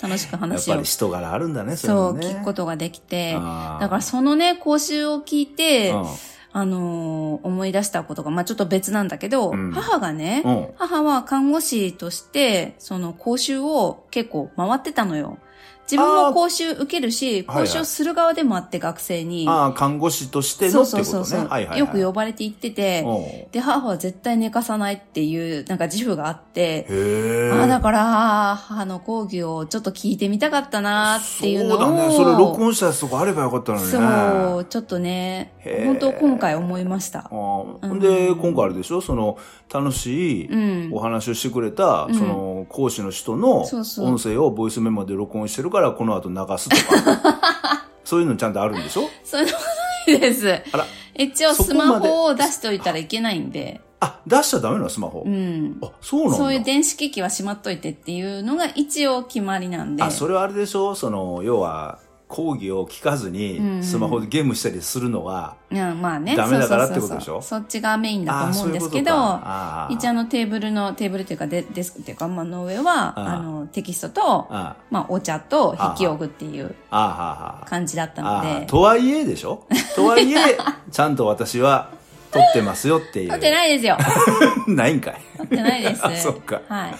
[SPEAKER 1] 楽しく
[SPEAKER 2] やっ
[SPEAKER 1] 話
[SPEAKER 2] ぱ
[SPEAKER 1] を、
[SPEAKER 2] り人柄あるんだねれ
[SPEAKER 1] そう、
[SPEAKER 2] もね
[SPEAKER 1] 聞くことができて、
[SPEAKER 2] あー
[SPEAKER 1] だからそのね、講習を聞いて、
[SPEAKER 2] うん
[SPEAKER 1] あのー思い出したことが、まあちょっと別なんだけど、
[SPEAKER 2] うん
[SPEAKER 1] 母がね、
[SPEAKER 2] うん
[SPEAKER 1] 母は看護師として、その講習を結構回ってたのよ。自分
[SPEAKER 2] あ
[SPEAKER 1] も
[SPEAKER 2] ー
[SPEAKER 1] 講習受けるし、
[SPEAKER 2] はいは
[SPEAKER 1] 講
[SPEAKER 2] い
[SPEAKER 1] 習する側でもあって学生に。
[SPEAKER 2] ああ看護師として
[SPEAKER 1] そ
[SPEAKER 2] の
[SPEAKER 1] う
[SPEAKER 2] って
[SPEAKER 1] そ
[SPEAKER 2] こ
[SPEAKER 1] うそうそ
[SPEAKER 2] とね
[SPEAKER 1] う、
[SPEAKER 2] はいはいはい
[SPEAKER 1] よく呼ばれて行ってて、
[SPEAKER 2] うん
[SPEAKER 1] で、母は絶対寝かさないっていう、なんか自負があって、
[SPEAKER 2] へえ
[SPEAKER 1] ああ、だから、母の講義をちょっと聞いてみたかったなっていうのを。
[SPEAKER 2] そうだねそれ録音したやつとかあればよかったのにね
[SPEAKER 1] そう、ちょっとね
[SPEAKER 2] へ、ー
[SPEAKER 1] 本当今回思いました
[SPEAKER 2] あ。ー
[SPEAKER 1] うん
[SPEAKER 2] で今回あれでしょその楽しい
[SPEAKER 1] うん
[SPEAKER 2] お話をしてくれた、
[SPEAKER 1] うん
[SPEAKER 2] その講師の人の
[SPEAKER 1] そう
[SPEAKER 2] 音
[SPEAKER 1] そう
[SPEAKER 2] 声をボイスメモで録音してるからこの後流すとか そういうのちゃんとあるんでしょ
[SPEAKER 1] そういうことないです。
[SPEAKER 2] あら
[SPEAKER 1] 一応
[SPEAKER 2] そ
[SPEAKER 1] ス
[SPEAKER 2] こまで
[SPEAKER 1] マホを出しといたらいけないんで、
[SPEAKER 2] あ出しちゃダメなのスマホ、
[SPEAKER 1] うん。
[SPEAKER 2] あそうなんだ
[SPEAKER 1] そういう電子機器はしまっといてっていうのが一応決まりなんで。
[SPEAKER 2] あそれはあれでしょその要は講義を聞かず
[SPEAKER 1] うんうん
[SPEAKER 2] にスマホでゲームしたりするのは、
[SPEAKER 1] うん、まあね。
[SPEAKER 2] ダメだから
[SPEAKER 1] そうそうそう
[SPEAKER 2] ってこと
[SPEAKER 1] そう
[SPEAKER 2] でし
[SPEAKER 1] そっちがメインだ
[SPEAKER 2] あー
[SPEAKER 1] と思うんですけ
[SPEAKER 2] そういう
[SPEAKER 1] ど
[SPEAKER 2] ことか、あー
[SPEAKER 1] 一応あのテーブルの、テーブルっていうかデデスクっていうか、まあの上は、
[SPEAKER 2] あー
[SPEAKER 1] あのテキストと、
[SPEAKER 2] あ
[SPEAKER 1] まあお茶と筆記用具っていう
[SPEAKER 2] あああ
[SPEAKER 1] 感じだった
[SPEAKER 2] あ
[SPEAKER 1] の
[SPEAKER 2] あ
[SPEAKER 1] で。
[SPEAKER 2] とはいえで しょとはいえちゃんと私は撮ってますよっていう
[SPEAKER 1] 撮ってないですよ。
[SPEAKER 2] ないんかい
[SPEAKER 1] 撮ってないです。
[SPEAKER 2] あそっか
[SPEAKER 1] はい。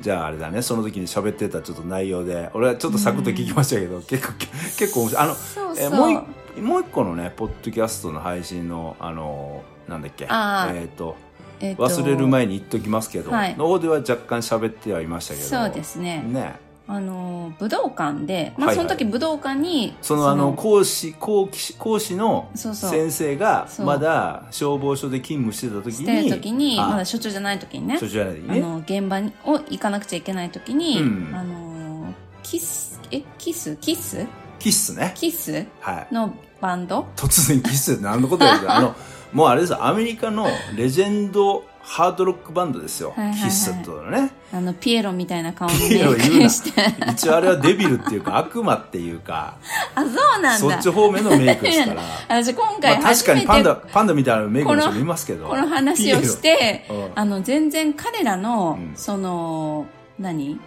[SPEAKER 2] じゃああれだねその時に喋ってたちょっと内容で俺はちょっとサクッと聞きましたけど、結構結構面白いあの
[SPEAKER 1] そう
[SPEAKER 2] え
[SPEAKER 1] そう。
[SPEAKER 2] もう一もう一個のねポッドキャストの配信のあのなんだっけえっ、
[SPEAKER 1] あー
[SPEAKER 2] と
[SPEAKER 1] えっと
[SPEAKER 2] 忘れる前に言っときますけど、
[SPEAKER 1] はい
[SPEAKER 2] の方では若干喋ってはいましたけど
[SPEAKER 1] そうですね。
[SPEAKER 2] ね
[SPEAKER 1] あの武道館で、まあ、
[SPEAKER 2] はい
[SPEAKER 1] そ
[SPEAKER 2] はい
[SPEAKER 1] の時武道館に、
[SPEAKER 2] そのあの講師講師講師の
[SPEAKER 1] そうそう
[SPEAKER 2] 先生が
[SPEAKER 1] そう
[SPEAKER 2] まだ消防署で勤務してた時
[SPEAKER 1] し
[SPEAKER 2] に
[SPEAKER 1] てる時に
[SPEAKER 2] あ
[SPEAKER 1] まだ所長じゃない時にね
[SPEAKER 2] 所長じゃない時
[SPEAKER 1] あ
[SPEAKER 2] にね
[SPEAKER 1] の現場にを行かなくちゃいけない時に、
[SPEAKER 2] うん
[SPEAKER 1] あのキスえキスキス
[SPEAKER 2] キッスね
[SPEAKER 1] キス
[SPEAKER 2] はい
[SPEAKER 1] のバンド
[SPEAKER 2] 突然キッスって何のことやけど あのもうあれですアメリカのレジェンドハードロックバンドですよ、
[SPEAKER 1] はいはいはい
[SPEAKER 2] キッスってことね
[SPEAKER 1] あのピエロみたいな顔の
[SPEAKER 2] ピエロ言う な
[SPEAKER 1] メイクして
[SPEAKER 2] 一応あれはデビルってい うか悪魔っていうか
[SPEAKER 1] あそうなん
[SPEAKER 2] そ
[SPEAKER 1] だ
[SPEAKER 2] っち方面のメイクです から、
[SPEAKER 1] 私今
[SPEAKER 2] ま
[SPEAKER 1] 回
[SPEAKER 2] あ、確
[SPEAKER 1] 初
[SPEAKER 2] か
[SPEAKER 1] め
[SPEAKER 2] に
[SPEAKER 1] て
[SPEAKER 2] パンダパンダみたいなメイクの人
[SPEAKER 1] この
[SPEAKER 2] 見ますけど
[SPEAKER 1] この話をして
[SPEAKER 2] ピエロうん
[SPEAKER 1] あの全然彼らの、
[SPEAKER 2] うん
[SPEAKER 1] その何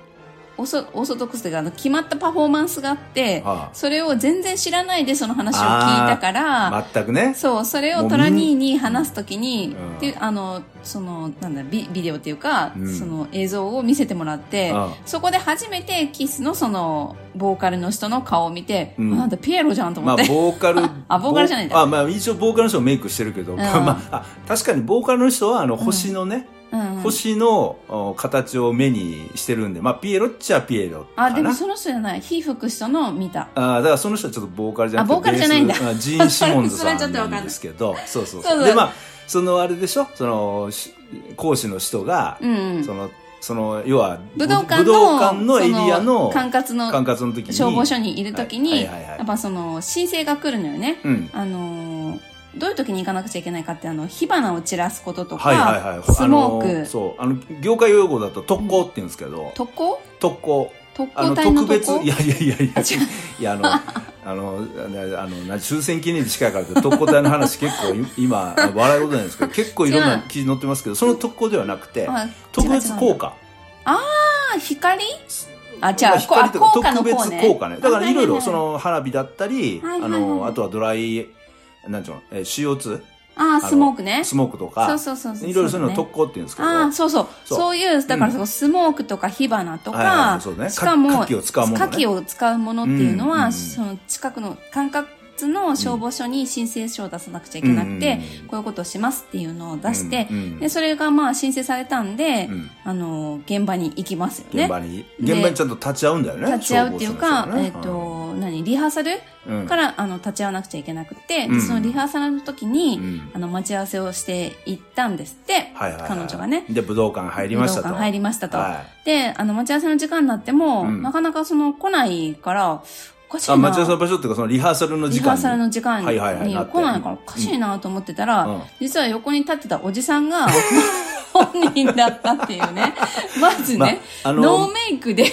[SPEAKER 1] オソオーソドックスというかあの決まったパフォーマンスがあって、
[SPEAKER 2] は
[SPEAKER 1] それを全然知らないでその話を聞いたから、
[SPEAKER 2] あ、全くね
[SPEAKER 1] そう、それを
[SPEAKER 2] もう
[SPEAKER 1] トラ兄に話すときに
[SPEAKER 2] うん、
[SPEAKER 1] で、あの、その、なんだ、ビビデオっていうか、
[SPEAKER 2] うん
[SPEAKER 1] その映像を見せてもらって、
[SPEAKER 2] うん
[SPEAKER 1] そこで初めてキスのその、ボーカルの人の顔を見て、
[SPEAKER 2] うん
[SPEAKER 1] あなんだ、ピエロじゃんと思
[SPEAKER 2] まあ
[SPEAKER 1] って。
[SPEAKER 2] ボーカル
[SPEAKER 1] あボーカルじゃないんだ
[SPEAKER 2] あまあ一応ボーカルの人もメイクしてるけど、
[SPEAKER 1] ん
[SPEAKER 2] まああ確かにボーカルの人はあの星のね、
[SPEAKER 1] うん
[SPEAKER 2] 星のお形を目にしてるんでまあピエロっちゃピエロか
[SPEAKER 1] あ、
[SPEAKER 2] な
[SPEAKER 1] でもその人じゃない。火吹く人の見た。
[SPEAKER 2] あーだからその人はちょっとボーカルじゃなくて
[SPEAKER 1] あボーカルじゃないんだ
[SPEAKER 2] ベースあジーン・シモンズ
[SPEAKER 1] それ
[SPEAKER 2] さ
[SPEAKER 1] はちょっ
[SPEAKER 2] ん
[SPEAKER 1] とわかんな
[SPEAKER 2] ないんですけどそうそうそ う
[SPEAKER 1] そうそう
[SPEAKER 2] でまあそのあれでしょそのし講師の人が、
[SPEAKER 1] うんうん
[SPEAKER 2] そ。のその要は
[SPEAKER 1] 武道館の、
[SPEAKER 2] 武道館のエリア
[SPEAKER 1] そ
[SPEAKER 2] の
[SPEAKER 1] 管轄
[SPEAKER 2] 管
[SPEAKER 1] の
[SPEAKER 2] 轄の時に
[SPEAKER 1] 消防署にいるときに、
[SPEAKER 2] はいはいはいはい
[SPEAKER 1] やっぱその、申請が来るのよね。
[SPEAKER 2] うん
[SPEAKER 1] あのーどういう時に行かなくちゃいけないかってあの火花を散らすこととか、
[SPEAKER 2] はいはいはい
[SPEAKER 1] スモー
[SPEAKER 2] あの
[SPEAKER 1] ク
[SPEAKER 2] そうあの業界用語だと特攻って言うんですけど、
[SPEAKER 1] 特攻
[SPEAKER 2] 特攻
[SPEAKER 1] 特
[SPEAKER 2] あ
[SPEAKER 1] 攻
[SPEAKER 2] の
[SPEAKER 1] 隊の特
[SPEAKER 2] 特別
[SPEAKER 1] 攻
[SPEAKER 2] いやいやいやい
[SPEAKER 1] あ
[SPEAKER 2] や
[SPEAKER 1] 違
[SPEAKER 2] いやあのあのああのな終戦記念日近いからって特攻隊の話結 構い今あ笑いことなんですけど結構いろんな記事載ってますけどその特攻ではなくて
[SPEAKER 1] あ
[SPEAKER 2] 特別
[SPEAKER 1] 違う違う
[SPEAKER 2] 効果
[SPEAKER 1] あ光あじ
[SPEAKER 2] ま
[SPEAKER 1] ゃあ
[SPEAKER 2] あ光とか
[SPEAKER 1] 効果の
[SPEAKER 2] 特別
[SPEAKER 1] 効ね
[SPEAKER 2] 効果ねだからいろいろそ
[SPEAKER 1] あ
[SPEAKER 2] の花火だったり
[SPEAKER 1] はいは
[SPEAKER 2] あ
[SPEAKER 1] いはい
[SPEAKER 2] のあとはドライなんちゅうのえー CO2
[SPEAKER 1] あースモークね
[SPEAKER 2] スモークと
[SPEAKER 1] そ
[SPEAKER 2] か
[SPEAKER 1] うそうそうそう
[SPEAKER 2] いろいろそういうの
[SPEAKER 1] ね
[SPEAKER 2] 特攻って言うんですけど
[SPEAKER 1] ああそうそう
[SPEAKER 2] そう
[SPEAKER 1] そういうだから
[SPEAKER 2] うん
[SPEAKER 1] そのスモークとか火花と
[SPEAKER 2] はいはいは
[SPEAKER 1] か
[SPEAKER 2] いそうね
[SPEAKER 1] しかも
[SPEAKER 2] 火器を使うものね
[SPEAKER 1] 火器を使うものっていうの
[SPEAKER 2] う
[SPEAKER 1] は
[SPEAKER 2] ん
[SPEAKER 1] その近くの管轄の消防署に申請書を出さなくちゃいけなくてこういうことをしますっていうのを出して
[SPEAKER 2] うんうん
[SPEAKER 1] でそれがまあ申請されたんで
[SPEAKER 2] うん
[SPEAKER 1] あの現場に行きますよね
[SPEAKER 2] 現場に
[SPEAKER 1] で
[SPEAKER 2] 現場にちゃんと立ち会うんだよね
[SPEAKER 1] 立ち会うっていうか
[SPEAKER 2] 消防署の
[SPEAKER 1] えっ
[SPEAKER 2] 人はね
[SPEAKER 1] と何リハーサル
[SPEAKER 2] うん
[SPEAKER 1] から、あの立ち会わなくちゃいけなくって、
[SPEAKER 2] うん
[SPEAKER 1] そのリハーサルの時に、
[SPEAKER 2] うん
[SPEAKER 1] あの待ち合わせをして行ったんですって、
[SPEAKER 2] はいはいはい
[SPEAKER 1] 彼女がね
[SPEAKER 2] で武道館入りましたと
[SPEAKER 1] 武道館入りましたと、
[SPEAKER 2] は
[SPEAKER 1] であの待ち合わせの時間になっても、
[SPEAKER 2] うん
[SPEAKER 1] なかなかその来ないからおかしいな
[SPEAKER 2] あ、待ち合わせの場所っていうか、そのリハーサルの
[SPEAKER 1] リ
[SPEAKER 2] 時間に。
[SPEAKER 1] ハーサルの時間に
[SPEAKER 2] はいはいはいなって
[SPEAKER 1] 来ないからおかしいなと思ってたら、
[SPEAKER 2] うん
[SPEAKER 1] 実は横に立ってたおじさん が本人だったっていうね。まずね、
[SPEAKER 2] まあの
[SPEAKER 1] ノーメイクで、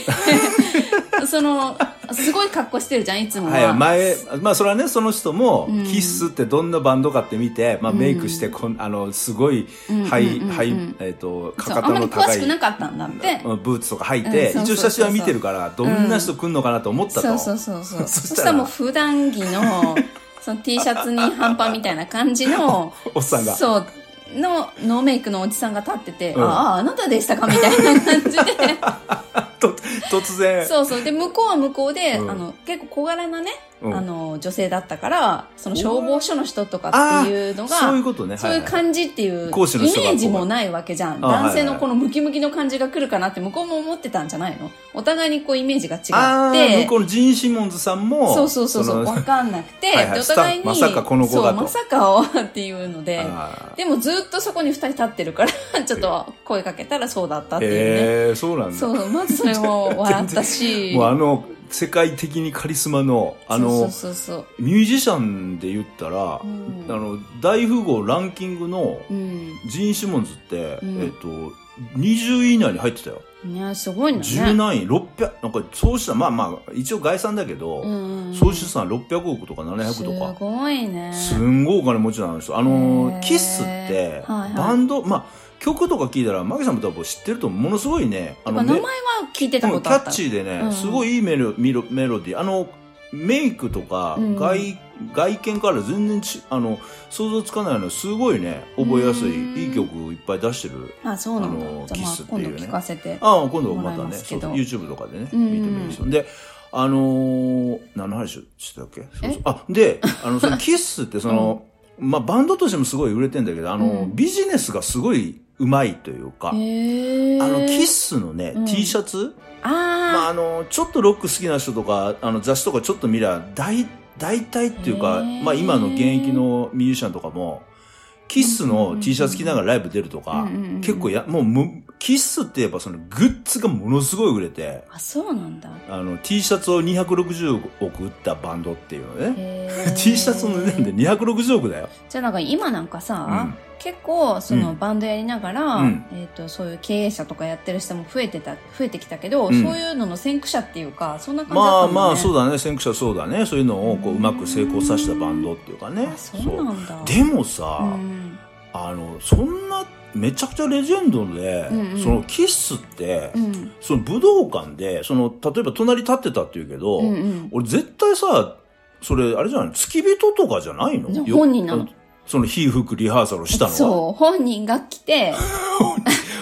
[SPEAKER 1] その、すごい格好してるじゃん、いつもは。
[SPEAKER 2] はい、前、まあそれはね、その人も、
[SPEAKER 1] うん
[SPEAKER 2] キッスってどんなバンドかって見て、まあメイクして、こんあの、すごい、
[SPEAKER 1] うん
[SPEAKER 2] は
[SPEAKER 1] うん
[SPEAKER 2] い、
[SPEAKER 1] うんうん
[SPEAKER 2] はい、えっ、と、
[SPEAKER 1] そ
[SPEAKER 2] か
[SPEAKER 1] うあ
[SPEAKER 2] か
[SPEAKER 1] んま
[SPEAKER 2] と
[SPEAKER 1] り
[SPEAKER 2] の
[SPEAKER 1] 詳
[SPEAKER 2] 高
[SPEAKER 1] し
[SPEAKER 2] い
[SPEAKER 1] く。なかったんだって。
[SPEAKER 2] うんブーツとか履い
[SPEAKER 1] うん
[SPEAKER 2] て、
[SPEAKER 1] そうそう
[SPEAKER 2] 一応
[SPEAKER 1] そう
[SPEAKER 2] 写
[SPEAKER 1] そう
[SPEAKER 2] 真は見てるから、どんな人来んのかなと思ったと。
[SPEAKER 1] そうそうそうそう。
[SPEAKER 2] そ
[SPEAKER 1] そ
[SPEAKER 2] した
[SPEAKER 1] し
[SPEAKER 2] ら
[SPEAKER 1] たらもう普段着 の、その T シャツに半端みたいな感じの、
[SPEAKER 2] おっさんが。
[SPEAKER 1] そう、のノーメイクのおじさんが立ってて、
[SPEAKER 2] うん
[SPEAKER 1] ああ、あなたでしたかみたいな感 じで。
[SPEAKER 2] と突然。
[SPEAKER 1] そうそう。で、向こうは向こうで、
[SPEAKER 2] うん
[SPEAKER 1] あの、結構小柄なね、
[SPEAKER 2] うん
[SPEAKER 1] あの、女性だったから、その消防署の人とかっていうのが、
[SPEAKER 2] そういう
[SPEAKER 1] そう
[SPEAKER 2] ことね。は
[SPEAKER 1] いう感じっていうイメ
[SPEAKER 2] 講師の人が
[SPEAKER 1] ージもないわけじゃん。
[SPEAKER 2] あはいはい
[SPEAKER 1] 男性のこのムキムキの感じが来るかなって向こうも思ってたんじゃないのお互いにこうイメージが違
[SPEAKER 2] あ
[SPEAKER 1] っ
[SPEAKER 2] ー
[SPEAKER 1] て
[SPEAKER 2] 向こ。うのジン・シモンズさんも、
[SPEAKER 1] そうそうそうそう、
[SPEAKER 2] の
[SPEAKER 1] わかんなくて、
[SPEAKER 2] はいはい
[SPEAKER 1] でお互いに、
[SPEAKER 2] まさかこの子がと
[SPEAKER 1] そう、まさかをっていうので、
[SPEAKER 2] あ
[SPEAKER 1] でもずっとそこに二人立ってるから、 ちょっと声かけたらそうだったっ
[SPEAKER 2] ー
[SPEAKER 1] ていうね。
[SPEAKER 2] へえ、そうなんだ。
[SPEAKER 1] そう、まずそれも笑ったし、
[SPEAKER 2] もうあの、世界的にカリスマの、あの、
[SPEAKER 1] そうそうそう
[SPEAKER 2] ミュージシャンで言ったら、
[SPEAKER 1] うん
[SPEAKER 2] あの、大富豪ランキングの
[SPEAKER 1] そう。うん。
[SPEAKER 2] ジン・シモンズって、
[SPEAKER 1] うん
[SPEAKER 2] えっと、20位以内に入ってたよ。
[SPEAKER 1] ね、すごいんだ
[SPEAKER 2] 10
[SPEAKER 1] ね。
[SPEAKER 2] 何位、600、なんか、総資産、まあまあ、一応概算だけ
[SPEAKER 1] う
[SPEAKER 2] ど、
[SPEAKER 1] んうん。
[SPEAKER 2] 総資産600億とか700とか
[SPEAKER 1] す。ごいね。
[SPEAKER 2] すんごいお金持ちなんですよ。あの
[SPEAKER 1] へー
[SPEAKER 2] ー、キッスって、
[SPEAKER 1] はいはい
[SPEAKER 2] バンド、まあ、曲とか聞いたら、マギさんも多分知ってると思う。ものすごいね、あ
[SPEAKER 1] やっぱ名
[SPEAKER 2] の、め
[SPEAKER 1] 前は聞いてた
[SPEAKER 2] う
[SPEAKER 1] こ
[SPEAKER 2] んキ
[SPEAKER 1] とあ
[SPEAKER 2] ャ
[SPEAKER 1] った。
[SPEAKER 2] ッチーでね、
[SPEAKER 1] うん
[SPEAKER 2] すごいいいメロメロメロディー。あの、メイクとか、
[SPEAKER 1] うん
[SPEAKER 2] 外、外見から全然ち、あの、想像つかないの、すごいね、覚えやす
[SPEAKER 1] うん
[SPEAKER 2] い、いい曲いっぱい出してる。
[SPEAKER 1] あ、そうなん
[SPEAKER 2] あの
[SPEAKER 1] だ。じゃあまあ
[SPEAKER 2] キスって
[SPEAKER 1] 今
[SPEAKER 2] い
[SPEAKER 1] 度
[SPEAKER 2] うね
[SPEAKER 1] 聞かせて。
[SPEAKER 2] ああ、今度ま
[SPEAKER 1] も
[SPEAKER 2] た
[SPEAKER 1] らい
[SPEAKER 2] ね、
[SPEAKER 1] ます
[SPEAKER 2] そ
[SPEAKER 1] け
[SPEAKER 2] う
[SPEAKER 1] ど
[SPEAKER 2] YouTube とかでね、
[SPEAKER 1] うんうん
[SPEAKER 2] 見てみるでしょ。で、あのー、何の話してたっけそうそう
[SPEAKER 1] え
[SPEAKER 2] あ、で、あの、そのキッスってその、まあ、バンドとしてもすごい売れてんだけど、あの、
[SPEAKER 1] うん
[SPEAKER 2] ビジネスがすごい上手いというか、
[SPEAKER 1] へー
[SPEAKER 2] あの、キッスのね、
[SPEAKER 1] うん
[SPEAKER 2] T シャツ、まあ、
[SPEAKER 1] あ
[SPEAKER 2] あのちょっとロック好きな人とかあの雑誌とかちょっと見りゃ大大体っていうか、
[SPEAKER 1] へー
[SPEAKER 2] まあ、今の現役のミュージシャンとかもキッス
[SPEAKER 1] うんうんう
[SPEAKER 2] の
[SPEAKER 1] ん
[SPEAKER 2] T シャツ着ながらライブ出ると
[SPEAKER 1] あ。
[SPEAKER 2] か、
[SPEAKER 1] うんうんうん
[SPEAKER 2] 結構。やもうむキッスって言えばそのグッズがものすごい売れて
[SPEAKER 1] あ、そうなんだ。
[SPEAKER 2] あの T シャツを260億売ったバンドっていうのね、
[SPEAKER 1] へ
[SPEAKER 2] T シャツの値段で260億だよ
[SPEAKER 1] じゃあなんか今なんかさ、
[SPEAKER 2] うん
[SPEAKER 1] 結構そうの
[SPEAKER 2] ん
[SPEAKER 1] バンドやりながら、
[SPEAKER 2] うん
[SPEAKER 1] えっとそういう経営者とかやってる人も増えてた増えてきたけど、
[SPEAKER 2] うん
[SPEAKER 1] そういうのの先駆者っていうかそんな感じだったもん
[SPEAKER 2] まあ
[SPEAKER 1] ね
[SPEAKER 2] まあそううだね先駆者そうだねそういうのをこううまく成功させたバンドっていうかね
[SPEAKER 1] そうなんだ
[SPEAKER 2] そうでもさ、
[SPEAKER 1] うん
[SPEAKER 2] あのそんなめちゃくちゃレジェンドで、
[SPEAKER 1] うんうん
[SPEAKER 2] そのキッスって、
[SPEAKER 1] うん
[SPEAKER 2] その武道館でその例えば隣立ってたっていうけど、
[SPEAKER 1] うんうん
[SPEAKER 2] 俺絶対さそれあれじゃない付き人とかじゃないの
[SPEAKER 1] ね
[SPEAKER 2] よ
[SPEAKER 1] 本人なの
[SPEAKER 2] その火吹くリハーサルをしたのは
[SPEAKER 1] そう本人が来 て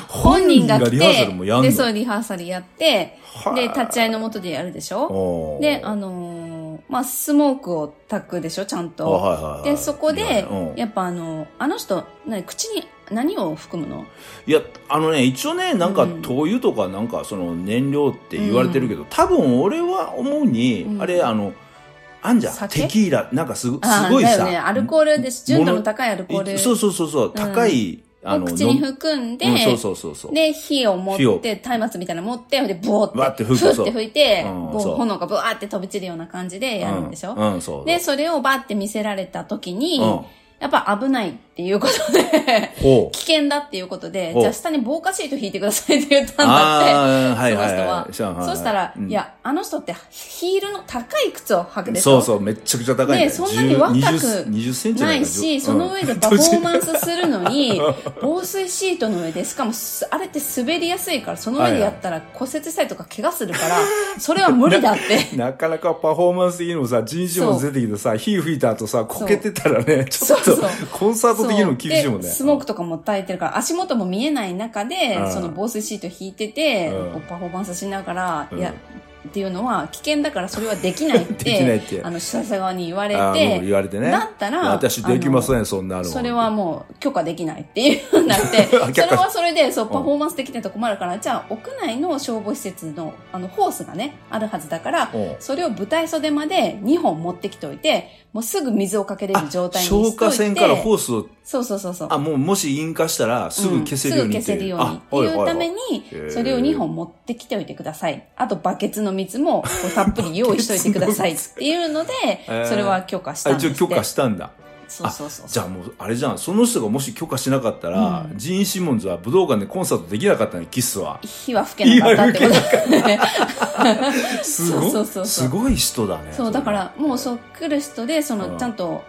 [SPEAKER 1] 本人が来
[SPEAKER 2] リハーサ
[SPEAKER 1] て
[SPEAKER 2] ルもやんの
[SPEAKER 1] でそうリハーサルやって
[SPEAKER 2] はあ
[SPEAKER 1] で立ち会いのもとでやるでしょ
[SPEAKER 2] おー
[SPEAKER 1] であのーまあスモークを炊くでしょちゃん
[SPEAKER 2] あ
[SPEAKER 1] と
[SPEAKER 2] はいはいはい
[SPEAKER 1] でそこ
[SPEAKER 2] いや
[SPEAKER 1] で
[SPEAKER 2] うん
[SPEAKER 1] やっぱあのあの人何口に何を含むの
[SPEAKER 2] いや、あのね、一応ね、なんか
[SPEAKER 1] うん
[SPEAKER 2] 灯油とかなんかその燃料って言われてるけど、多分俺は思うに、
[SPEAKER 1] うん
[SPEAKER 2] あれ、あの、あんじゃん、
[SPEAKER 1] 酒
[SPEAKER 2] テキーラ、なんかすご
[SPEAKER 1] あー
[SPEAKER 2] すごい
[SPEAKER 1] だ
[SPEAKER 2] さ、
[SPEAKER 1] よね、アルコールです純度の高いアルコー
[SPEAKER 2] い
[SPEAKER 1] ル
[SPEAKER 2] そうそうそうそう、高い、あ
[SPEAKER 1] を
[SPEAKER 2] の、
[SPEAKER 1] 口に
[SPEAKER 2] の
[SPEAKER 1] 含んで、
[SPEAKER 2] うんそうそうそうそう。
[SPEAKER 1] で火を持
[SPEAKER 2] 火を
[SPEAKER 1] って松明みたいなの持ってでボ
[SPEAKER 2] わ
[SPEAKER 1] ー
[SPEAKER 2] ー
[SPEAKER 1] っ
[SPEAKER 2] ってて
[SPEAKER 1] ふ
[SPEAKER 2] 吹
[SPEAKER 1] っ
[SPEAKER 2] くそう
[SPEAKER 1] て吹いて、
[SPEAKER 2] うん
[SPEAKER 1] こう
[SPEAKER 2] そう
[SPEAKER 1] 炎がブワーって飛び散るような感じでやるんでしょ、
[SPEAKER 2] うん、うんそう。
[SPEAKER 1] でそれをバーって見せられた時に、
[SPEAKER 2] うん
[SPEAKER 1] やっぱ危ないっていうこと で
[SPEAKER 2] ほう。
[SPEAKER 1] 危険だっていうことで
[SPEAKER 2] ほう
[SPEAKER 1] じゃあ下に防火シート引いてくださいって言ったんだって。
[SPEAKER 2] ああ、はいはいはい。
[SPEAKER 1] その人は。
[SPEAKER 2] い
[SPEAKER 1] そうしたら、
[SPEAKER 2] うん
[SPEAKER 1] いや、あの人ってヒールの高い靴を履くでしょ
[SPEAKER 2] そうそう、めっちゃくちゃ高いんだよ。
[SPEAKER 1] ねそんなに若く
[SPEAKER 2] 10 20センチじゃ
[SPEAKER 1] な
[SPEAKER 2] か
[SPEAKER 1] いし、
[SPEAKER 2] うん
[SPEAKER 1] その上でパフォーマンスするのに、防水シートの上で、しかもす、あれって滑りやすいから、その上でやったら骨折したりとか怪我するから、それは無理だって。
[SPEAKER 2] なかなかパフォーマンス的にもさ、人種も出てきてさ、火吹いた後さ、こけてたらね、ちょっ
[SPEAKER 1] そう
[SPEAKER 2] と
[SPEAKER 1] そう
[SPEAKER 2] コンサート的にも厳しいも
[SPEAKER 1] そ
[SPEAKER 2] んね。
[SPEAKER 1] うでスモークとかも焚いてるから、足元も見えない中で
[SPEAKER 2] う、ん
[SPEAKER 1] その防水シート引いてて
[SPEAKER 2] うん、
[SPEAKER 1] こうパフォーマンスしながら、
[SPEAKER 2] うん
[SPEAKER 1] いや、っていうのは危険だからそれはできないっ
[SPEAKER 2] できないってて、
[SPEAKER 1] あの、主催者側に言われ
[SPEAKER 2] あーうん
[SPEAKER 1] て、
[SPEAKER 2] 言われてね。
[SPEAKER 1] だったら
[SPEAKER 2] 私できません、そんなの。
[SPEAKER 1] それはもう許可できないっていうな って、そ
[SPEAKER 2] 可
[SPEAKER 1] れはそれで、そう、
[SPEAKER 2] ん
[SPEAKER 1] パフォーマンスできないと困るから、じゃあ、屋内の消防施設の、あの、ホースがね、あるはずだから、
[SPEAKER 2] うん
[SPEAKER 1] それを舞台袖まで2本持ってきておいて、もうすぐ水をかけれる状態にしといて。
[SPEAKER 2] 消火栓からホ
[SPEAKER 1] ース
[SPEAKER 2] ースを、
[SPEAKER 1] そうそうそうそう。
[SPEAKER 2] あ、もうもし引火したらすぐ消せるように
[SPEAKER 1] うんすぐ消せるようにっていうために
[SPEAKER 2] はいはいはいへ、ー
[SPEAKER 1] それを2本持ってきておいてください。あと、バケツのの水もこうたっぷり用意しといてくだ さいっていうので
[SPEAKER 2] えー、
[SPEAKER 1] それは許可した
[SPEAKER 2] あ
[SPEAKER 1] んです
[SPEAKER 2] 一
[SPEAKER 1] っ
[SPEAKER 2] 応
[SPEAKER 1] て
[SPEAKER 2] 許可したんだ
[SPEAKER 1] そうそうそう。
[SPEAKER 2] じゃあもうあれじゃんその人がもし許可しなかったら、
[SPEAKER 1] うん
[SPEAKER 2] ジーン・シモンズは武道館でコンサートできなかったのキスは
[SPEAKER 1] 火は吹けなかったってこと
[SPEAKER 2] すご
[SPEAKER 1] そうそ
[SPEAKER 2] い
[SPEAKER 1] うそうそう
[SPEAKER 2] すごい人だね
[SPEAKER 1] そうだからもうそう来る人でそ
[SPEAKER 2] うん
[SPEAKER 1] のちゃんと、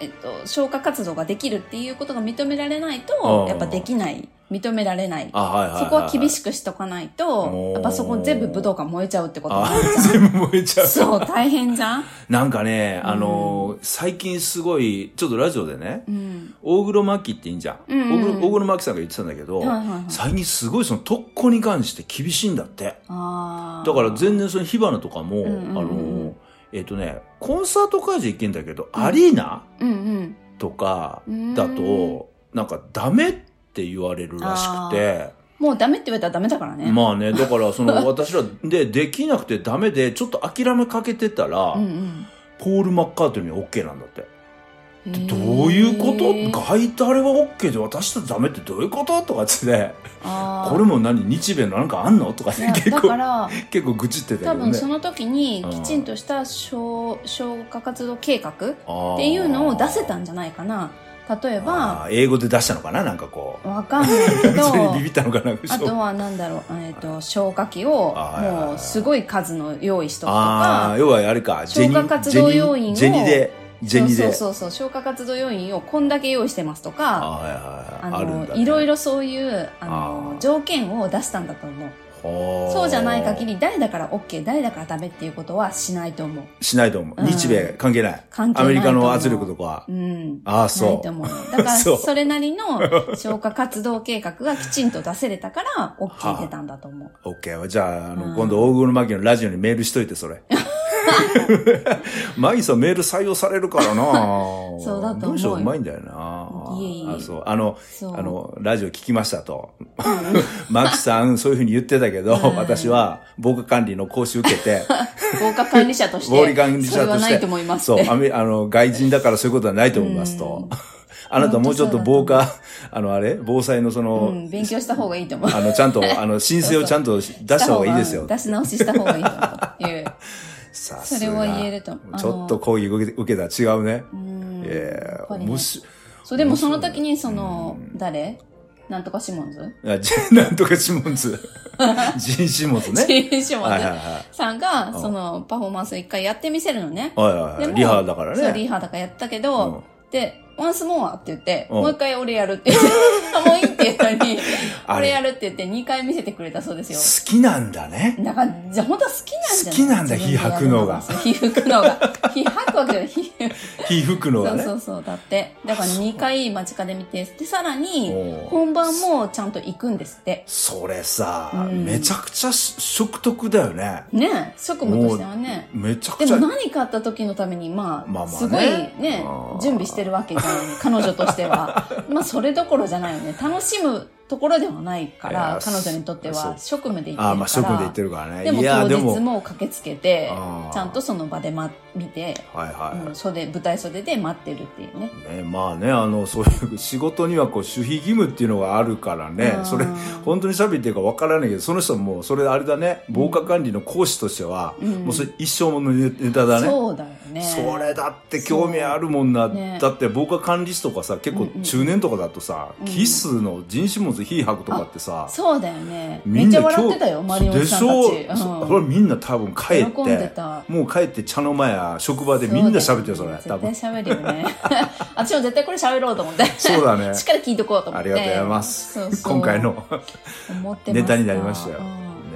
[SPEAKER 1] えっと、消火活動ができるっていうことが認められない
[SPEAKER 2] うん
[SPEAKER 1] とやっぱできない認められない
[SPEAKER 2] あ、はいはいはい
[SPEAKER 1] そこは厳
[SPEAKER 2] く
[SPEAKER 1] しくしとかない
[SPEAKER 2] お
[SPEAKER 1] と
[SPEAKER 2] ー
[SPEAKER 1] やっぱそこ全部武道館燃えちゃうってことに
[SPEAKER 2] あ
[SPEAKER 1] なるじゃん
[SPEAKER 2] 全部燃えちゃ う
[SPEAKER 1] そう大変じゃん、
[SPEAKER 2] なんかね、あのー最近すごいちょっとラジオでね
[SPEAKER 1] うん、
[SPEAKER 2] 大黒摩季っていいんじゃん、
[SPEAKER 1] うんうんうん
[SPEAKER 2] 大黒大黒摩季さんが言ってたんだけど、
[SPEAKER 1] はいはいはい
[SPEAKER 2] 最近すごいその特攻に関して厳しいんだって
[SPEAKER 1] あー
[SPEAKER 2] だから全然その火花とかも、
[SPEAKER 1] うんうんうん
[SPEAKER 2] あのーえっ、とねコンサート会場行けんだけど、アリーナ
[SPEAKER 1] うん
[SPEAKER 2] とか
[SPEAKER 1] うん
[SPEAKER 2] だ
[SPEAKER 1] うーん
[SPEAKER 2] となんかダメって言われるらしくて
[SPEAKER 1] もうダメって言われたらダメだからね、
[SPEAKER 2] まあねだからそ の私らでできなくてダメでちょっと諦めかけてたら、
[SPEAKER 1] うんうん
[SPEAKER 2] ポール・マッカートニーは OK なんだって。
[SPEAKER 1] へ
[SPEAKER 2] で
[SPEAKER 1] ー
[SPEAKER 2] どういうことガイタレは OK で私たちダメってどういうこととかっつってね
[SPEAKER 1] あー
[SPEAKER 2] これも何日米のなんかあんのとか
[SPEAKER 1] い
[SPEAKER 2] ね
[SPEAKER 1] や
[SPEAKER 2] 結
[SPEAKER 1] だか
[SPEAKER 2] 構
[SPEAKER 1] ら
[SPEAKER 2] 結構愚痴ってた
[SPEAKER 1] 多
[SPEAKER 2] けど
[SPEAKER 1] 分
[SPEAKER 2] ね
[SPEAKER 1] その時に
[SPEAKER 2] うん
[SPEAKER 1] きちんとした消消火活動計画っ
[SPEAKER 2] って
[SPEAKER 1] いうのを出せたんじゃないかな例えば
[SPEAKER 2] 英語で出したのかななんかこう
[SPEAKER 1] わかんない けど
[SPEAKER 2] それにビビったのかな
[SPEAKER 1] あ とはなんだろう、えー、と消火器を
[SPEAKER 2] あー
[SPEAKER 1] もうすごい数の用意しとくと
[SPEAKER 2] ああ
[SPEAKER 1] か
[SPEAKER 2] 要はあれかジェニ
[SPEAKER 1] 消火活動要員を
[SPEAKER 2] ジェニでジェニで
[SPEAKER 1] そうそうそうそう消火活動要員をこんだけ用意してますと
[SPEAKER 2] あ
[SPEAKER 1] か
[SPEAKER 2] はいはいはい
[SPEAKER 1] あ
[SPEAKER 2] ある
[SPEAKER 1] の
[SPEAKER 2] んだ
[SPEAKER 1] いろい
[SPEAKER 2] ろ
[SPEAKER 1] ろそういうあの
[SPEAKER 2] あー
[SPEAKER 1] 条件を出したんだと思うそうじゃない限り誰だから OK 誰だからダメっていうことはしないと思う
[SPEAKER 2] しないと思う
[SPEAKER 1] うん
[SPEAKER 2] 日米関係ない
[SPEAKER 1] 関係
[SPEAKER 2] ア
[SPEAKER 1] ない
[SPEAKER 2] メ
[SPEAKER 1] と
[SPEAKER 2] リ
[SPEAKER 1] 思う
[SPEAKER 2] カの圧力とか
[SPEAKER 1] うん
[SPEAKER 2] ああ
[SPEAKER 1] ない
[SPEAKER 2] そ
[SPEAKER 1] と
[SPEAKER 2] う
[SPEAKER 1] 思うよ。だから、
[SPEAKER 2] そう
[SPEAKER 1] それなりの消火活動計画がきちんと出せれたから、OK 出たんだと思う。
[SPEAKER 2] OK。じゃあ、あの、
[SPEAKER 1] うん
[SPEAKER 2] 今度、大黒摩季のラジオにメールしといて、それ。マギさんメール採用されるからな
[SPEAKER 1] そうだと思うよ
[SPEAKER 2] 文章うまいんだよない
[SPEAKER 1] えいえ
[SPEAKER 2] あそう。あの、
[SPEAKER 1] そう。
[SPEAKER 2] あの、ラジオ聞きましたと。 マキさん、そういうふうに言ってたけど、
[SPEAKER 1] うん
[SPEAKER 2] 私は防火管理の講習受けて、
[SPEAKER 1] 防火管理者として。
[SPEAKER 2] 防火 管理者
[SPEAKER 1] そ
[SPEAKER 2] として
[SPEAKER 1] れはないと思いますっ
[SPEAKER 2] そう
[SPEAKER 1] て。、
[SPEAKER 2] ア メあの、外人だからそういうことはないと思いますと。 あなたもうちょっと防火、 あの、あれ防災のその、
[SPEAKER 1] うん、勉強した方がいいと思う。
[SPEAKER 2] あの、ちゃんと、 あの、申請をちゃんと出した方がいいですよ。
[SPEAKER 1] 出し直しした方がいいと思う。いう。
[SPEAKER 2] さす
[SPEAKER 1] そ
[SPEAKER 2] が
[SPEAKER 1] れは言えると思う。
[SPEAKER 2] ちょっと講義受け受けたら違うね。
[SPEAKER 1] あの。 うん。
[SPEAKER 2] え
[SPEAKER 1] やっ
[SPEAKER 2] え
[SPEAKER 1] ぱりね
[SPEAKER 2] もし、
[SPEAKER 1] そう、でもその時に、その
[SPEAKER 2] う、
[SPEAKER 1] 誰なんとかシモンズ
[SPEAKER 2] あジェ なんとかシモン ズ、ジンシモンズね。
[SPEAKER 1] ジェーン シモ
[SPEAKER 2] は
[SPEAKER 1] ン
[SPEAKER 2] いはい
[SPEAKER 1] ズ
[SPEAKER 2] は
[SPEAKER 1] さんが、その、パフォーマンスを一回やってみせるのね。
[SPEAKER 2] い。はいはい
[SPEAKER 1] で
[SPEAKER 2] はい。
[SPEAKER 1] も
[SPEAKER 2] リハだからね。
[SPEAKER 1] そう、リハだからやったけ
[SPEAKER 2] う
[SPEAKER 1] ど
[SPEAKER 2] ん、
[SPEAKER 1] で、ワンスモアって言って、
[SPEAKER 2] うん
[SPEAKER 1] もう 一回俺やるって言って、もういいって言ったのに、
[SPEAKER 2] あれ
[SPEAKER 1] 俺やるって言って2回見せてくれたそうですよ。
[SPEAKER 2] 好きなんだね。
[SPEAKER 1] だから、じゃあ本当は好きなんじゃない
[SPEAKER 2] 好きなんだ
[SPEAKER 1] 自分でやるそう火吐くのが。 火吐くわけじゃない。火
[SPEAKER 2] 火吹くの
[SPEAKER 1] そ
[SPEAKER 2] が
[SPEAKER 1] う
[SPEAKER 2] ね。
[SPEAKER 1] そうそう。だって。だから2回間近で見て、で、さらに、
[SPEAKER 2] おう
[SPEAKER 1] 本番もちゃんと行くんですって。
[SPEAKER 2] それさ、
[SPEAKER 1] うん
[SPEAKER 2] めちゃくちゃし食得だよね。
[SPEAKER 1] ね職務としてはね。
[SPEAKER 2] めちゃく
[SPEAKER 1] で
[SPEAKER 2] ちゃ
[SPEAKER 1] も。何かあった時のために、まあ、
[SPEAKER 2] まあまあね
[SPEAKER 1] すごいね
[SPEAKER 2] うん、
[SPEAKER 1] 準備してるわけじゃない。彼女として は。まあ、それどころじゃないよね。楽しむところではないか
[SPEAKER 2] いや
[SPEAKER 1] ら、彼女にとって
[SPEAKER 2] そう
[SPEAKER 1] は職務で行ってるから。
[SPEAKER 2] あまあ職務で言ってるからね。
[SPEAKER 1] でも
[SPEAKER 2] いや、で
[SPEAKER 1] 当
[SPEAKER 2] も
[SPEAKER 1] 日、も駆けつけて
[SPEAKER 2] あー、
[SPEAKER 1] ちゃんとその場で、ま、見て、
[SPEAKER 2] はいはい。
[SPEAKER 1] うん、袖、舞台袖で待ってるっていうね。
[SPEAKER 2] ね、まあね、あの、そういう仕事にはこう、守秘義務っていうのがあるからね
[SPEAKER 1] う、ん
[SPEAKER 2] それ、本当に喋ってるかわからないけど、その人も、それあれだね、防火管理の講師としては、
[SPEAKER 1] うん
[SPEAKER 2] もうそれ一生ものネタだね。
[SPEAKER 1] そうだよね。
[SPEAKER 2] それだって興味あるもんな、
[SPEAKER 1] そうね
[SPEAKER 2] だって防火管理士とかさ結構
[SPEAKER 1] うんうん
[SPEAKER 2] 中年とかだとさ、
[SPEAKER 1] うん
[SPEAKER 2] キスの人種物火吐くとかってさ、
[SPEAKER 1] そうだよね。
[SPEAKER 2] み
[SPEAKER 1] め
[SPEAKER 2] ん
[SPEAKER 1] っち
[SPEAKER 2] な
[SPEAKER 1] ゃ笑ってたよ、マリオンさんた
[SPEAKER 2] で
[SPEAKER 1] ち。
[SPEAKER 2] しょ、
[SPEAKER 1] う
[SPEAKER 2] うんれみんな多分帰っ
[SPEAKER 1] 喜んで
[SPEAKER 2] て
[SPEAKER 1] た
[SPEAKER 2] もう帰って茶の間や職場でみんな喋ってるよそれ
[SPEAKER 1] 絶対
[SPEAKER 2] 多分
[SPEAKER 1] 喋るよね。 私も絶対これ喋ろうと思って。
[SPEAKER 2] そうだ ね
[SPEAKER 1] しっかり聞いとこうと思
[SPEAKER 2] あ
[SPEAKER 1] って。
[SPEAKER 2] りがとうございます
[SPEAKER 1] そうそう
[SPEAKER 2] 今回の
[SPEAKER 1] 思ってまし
[SPEAKER 2] ネ
[SPEAKER 1] た
[SPEAKER 2] タになりましたよ。
[SPEAKER 1] うん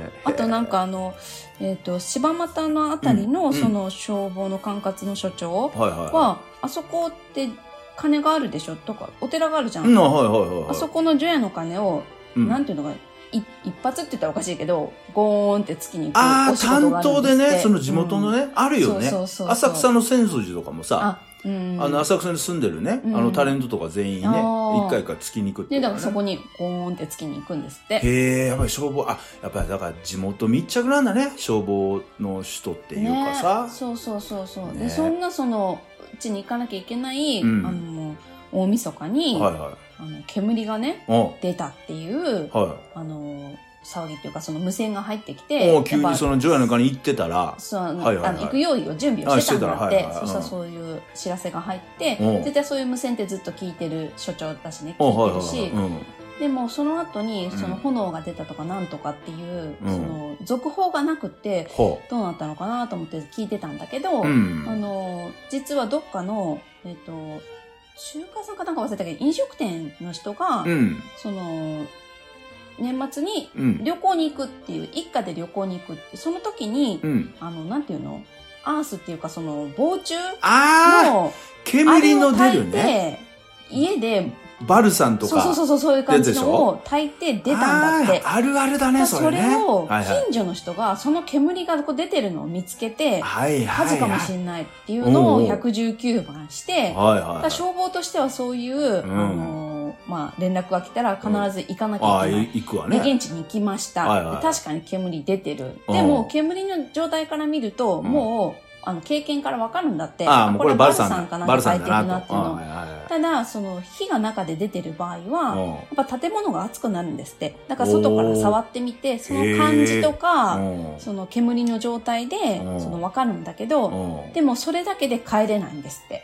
[SPEAKER 2] ね
[SPEAKER 1] あとなんかあの、えっ、と、柴又のあたり
[SPEAKER 2] うん
[SPEAKER 1] の、その消防の管轄の所長
[SPEAKER 2] はいはいは
[SPEAKER 1] は、あそこって金があるでしょとか、お寺があるじゃ。
[SPEAKER 2] い。うんん、あはいはいはいはい。
[SPEAKER 1] あそこの除夜の鐘を、
[SPEAKER 2] うん
[SPEAKER 1] なんていうのか、い一発って言ったらおかしいけど、ゴーンって月に行く
[SPEAKER 2] あ
[SPEAKER 1] お
[SPEAKER 2] あ、
[SPEAKER 1] 仕事が
[SPEAKER 2] 担
[SPEAKER 1] ある
[SPEAKER 2] 当
[SPEAKER 1] んです
[SPEAKER 2] で
[SPEAKER 1] って
[SPEAKER 2] ね、その地元の、ね、あるよね
[SPEAKER 1] そうそうそうそう
[SPEAKER 2] 浅草の浅草寺とかも
[SPEAKER 1] うん
[SPEAKER 2] さ、
[SPEAKER 1] あ、うん。
[SPEAKER 2] あの、浅草に住んでるね、
[SPEAKER 1] うん
[SPEAKER 2] あのタレントとか全員ね、
[SPEAKER 1] あー
[SPEAKER 2] 一回一回月に行くって
[SPEAKER 1] で、
[SPEAKER 2] いう
[SPEAKER 1] だか
[SPEAKER 2] のが
[SPEAKER 1] ら
[SPEAKER 2] ね
[SPEAKER 1] そこにゴーンって月に行くんですって。
[SPEAKER 2] へえ、やっぱり消防、あ、やっぱりだから地元密着なんだね、消防の人っていうかさ。
[SPEAKER 1] ね、そうそうそうそう。
[SPEAKER 2] ね
[SPEAKER 1] で、そんなその、うちに行かなきゃいけない、
[SPEAKER 2] うん
[SPEAKER 1] あの、大晦日に、
[SPEAKER 2] はいはい。
[SPEAKER 1] あの煙がね、
[SPEAKER 2] うん
[SPEAKER 1] 出たっていう、
[SPEAKER 2] は
[SPEAKER 1] あの、騒ぎっていうかその無線が入ってき
[SPEAKER 2] お
[SPEAKER 1] て
[SPEAKER 2] お急
[SPEAKER 1] やっ
[SPEAKER 2] に
[SPEAKER 1] ぱ
[SPEAKER 2] その除夜の鐘行ってたら
[SPEAKER 1] そうあの
[SPEAKER 2] はいはいはい
[SPEAKER 1] あの行く用意を準備をしてたんだって
[SPEAKER 2] あしてたらはいはいはい
[SPEAKER 1] そしたらそういう知らせが入って
[SPEAKER 2] うん
[SPEAKER 1] 絶対そういう無線ってずっと聞いてる所長だしね
[SPEAKER 2] お
[SPEAKER 1] 聞
[SPEAKER 2] はいい
[SPEAKER 1] て
[SPEAKER 2] は
[SPEAKER 1] るし、
[SPEAKER 2] いはい、うん、
[SPEAKER 1] でもその後にその
[SPEAKER 2] うん
[SPEAKER 1] 炎が出たとかなんとかっていう、
[SPEAKER 2] うん
[SPEAKER 1] その続報がなくって
[SPEAKER 2] ほ
[SPEAKER 1] どうなったのかなと思って聞いてたんだけど、
[SPEAKER 2] う、うん、
[SPEAKER 1] あの実はどっかの、えっと中華さんかなんか忘れたけど飲食店の人が、
[SPEAKER 2] うん
[SPEAKER 1] その年末に
[SPEAKER 2] うん
[SPEAKER 1] 旅行に行くっていう一家で旅行に行くってその時に、
[SPEAKER 2] うん
[SPEAKER 1] あのなんていうのアースっていうかその防虫
[SPEAKER 2] ああ
[SPEAKER 1] の
[SPEAKER 2] 煙の出る
[SPEAKER 1] あれを
[SPEAKER 2] ね
[SPEAKER 1] 焚いて家で
[SPEAKER 2] バルさんと
[SPEAKER 1] そう
[SPEAKER 2] か
[SPEAKER 1] そうそうそうそういう感じ
[SPEAKER 2] やつでし
[SPEAKER 1] の
[SPEAKER 2] ょ
[SPEAKER 1] を炊いて出たんだって
[SPEAKER 2] あーあるある
[SPEAKER 1] だから
[SPEAKER 2] だね
[SPEAKER 1] そ
[SPEAKER 2] そ
[SPEAKER 1] れ
[SPEAKER 2] れね
[SPEAKER 1] を
[SPEAKER 2] はいはい
[SPEAKER 1] 近所の人がその煙がこう出てるのを見つけて
[SPEAKER 2] はい
[SPEAKER 1] 火
[SPEAKER 2] は
[SPEAKER 1] 事
[SPEAKER 2] い
[SPEAKER 1] か
[SPEAKER 2] は
[SPEAKER 1] も
[SPEAKER 2] い
[SPEAKER 1] しれないっていうの
[SPEAKER 2] おうお
[SPEAKER 1] を
[SPEAKER 2] う
[SPEAKER 1] 119番してだ
[SPEAKER 2] はいはい
[SPEAKER 1] から消防としてはそういう、あのーまあ、連絡が来たら必ず行かなき
[SPEAKER 2] あ
[SPEAKER 1] ゃ
[SPEAKER 2] あ
[SPEAKER 1] いけない
[SPEAKER 2] い。行くわ
[SPEAKER 1] で
[SPEAKER 2] ね
[SPEAKER 1] 現地に行きました、
[SPEAKER 2] はいはい
[SPEAKER 1] で確かに煙出てる
[SPEAKER 2] うん
[SPEAKER 1] でも煙の状態から見ると、
[SPEAKER 2] ん
[SPEAKER 1] もうあの経験からわかるんだって
[SPEAKER 2] ああもうこれバルさん
[SPEAKER 1] これ
[SPEAKER 2] だ
[SPEAKER 1] かな
[SPEAKER 2] バルさ
[SPEAKER 1] 炊
[SPEAKER 2] ん
[SPEAKER 1] い
[SPEAKER 2] だ
[SPEAKER 1] てるな
[SPEAKER 2] な
[SPEAKER 1] って
[SPEAKER 2] と
[SPEAKER 1] いうの
[SPEAKER 2] はいはい
[SPEAKER 1] ただその火が中で出てる場合は、
[SPEAKER 2] はいうん
[SPEAKER 1] やっぱ建物が熱くなるんですってだから外から触ってみてその感じとか
[SPEAKER 2] うん
[SPEAKER 1] その煙の状態で
[SPEAKER 2] うん
[SPEAKER 1] その分かるんだけど
[SPEAKER 2] うん
[SPEAKER 1] でもそれだけで帰れないんですって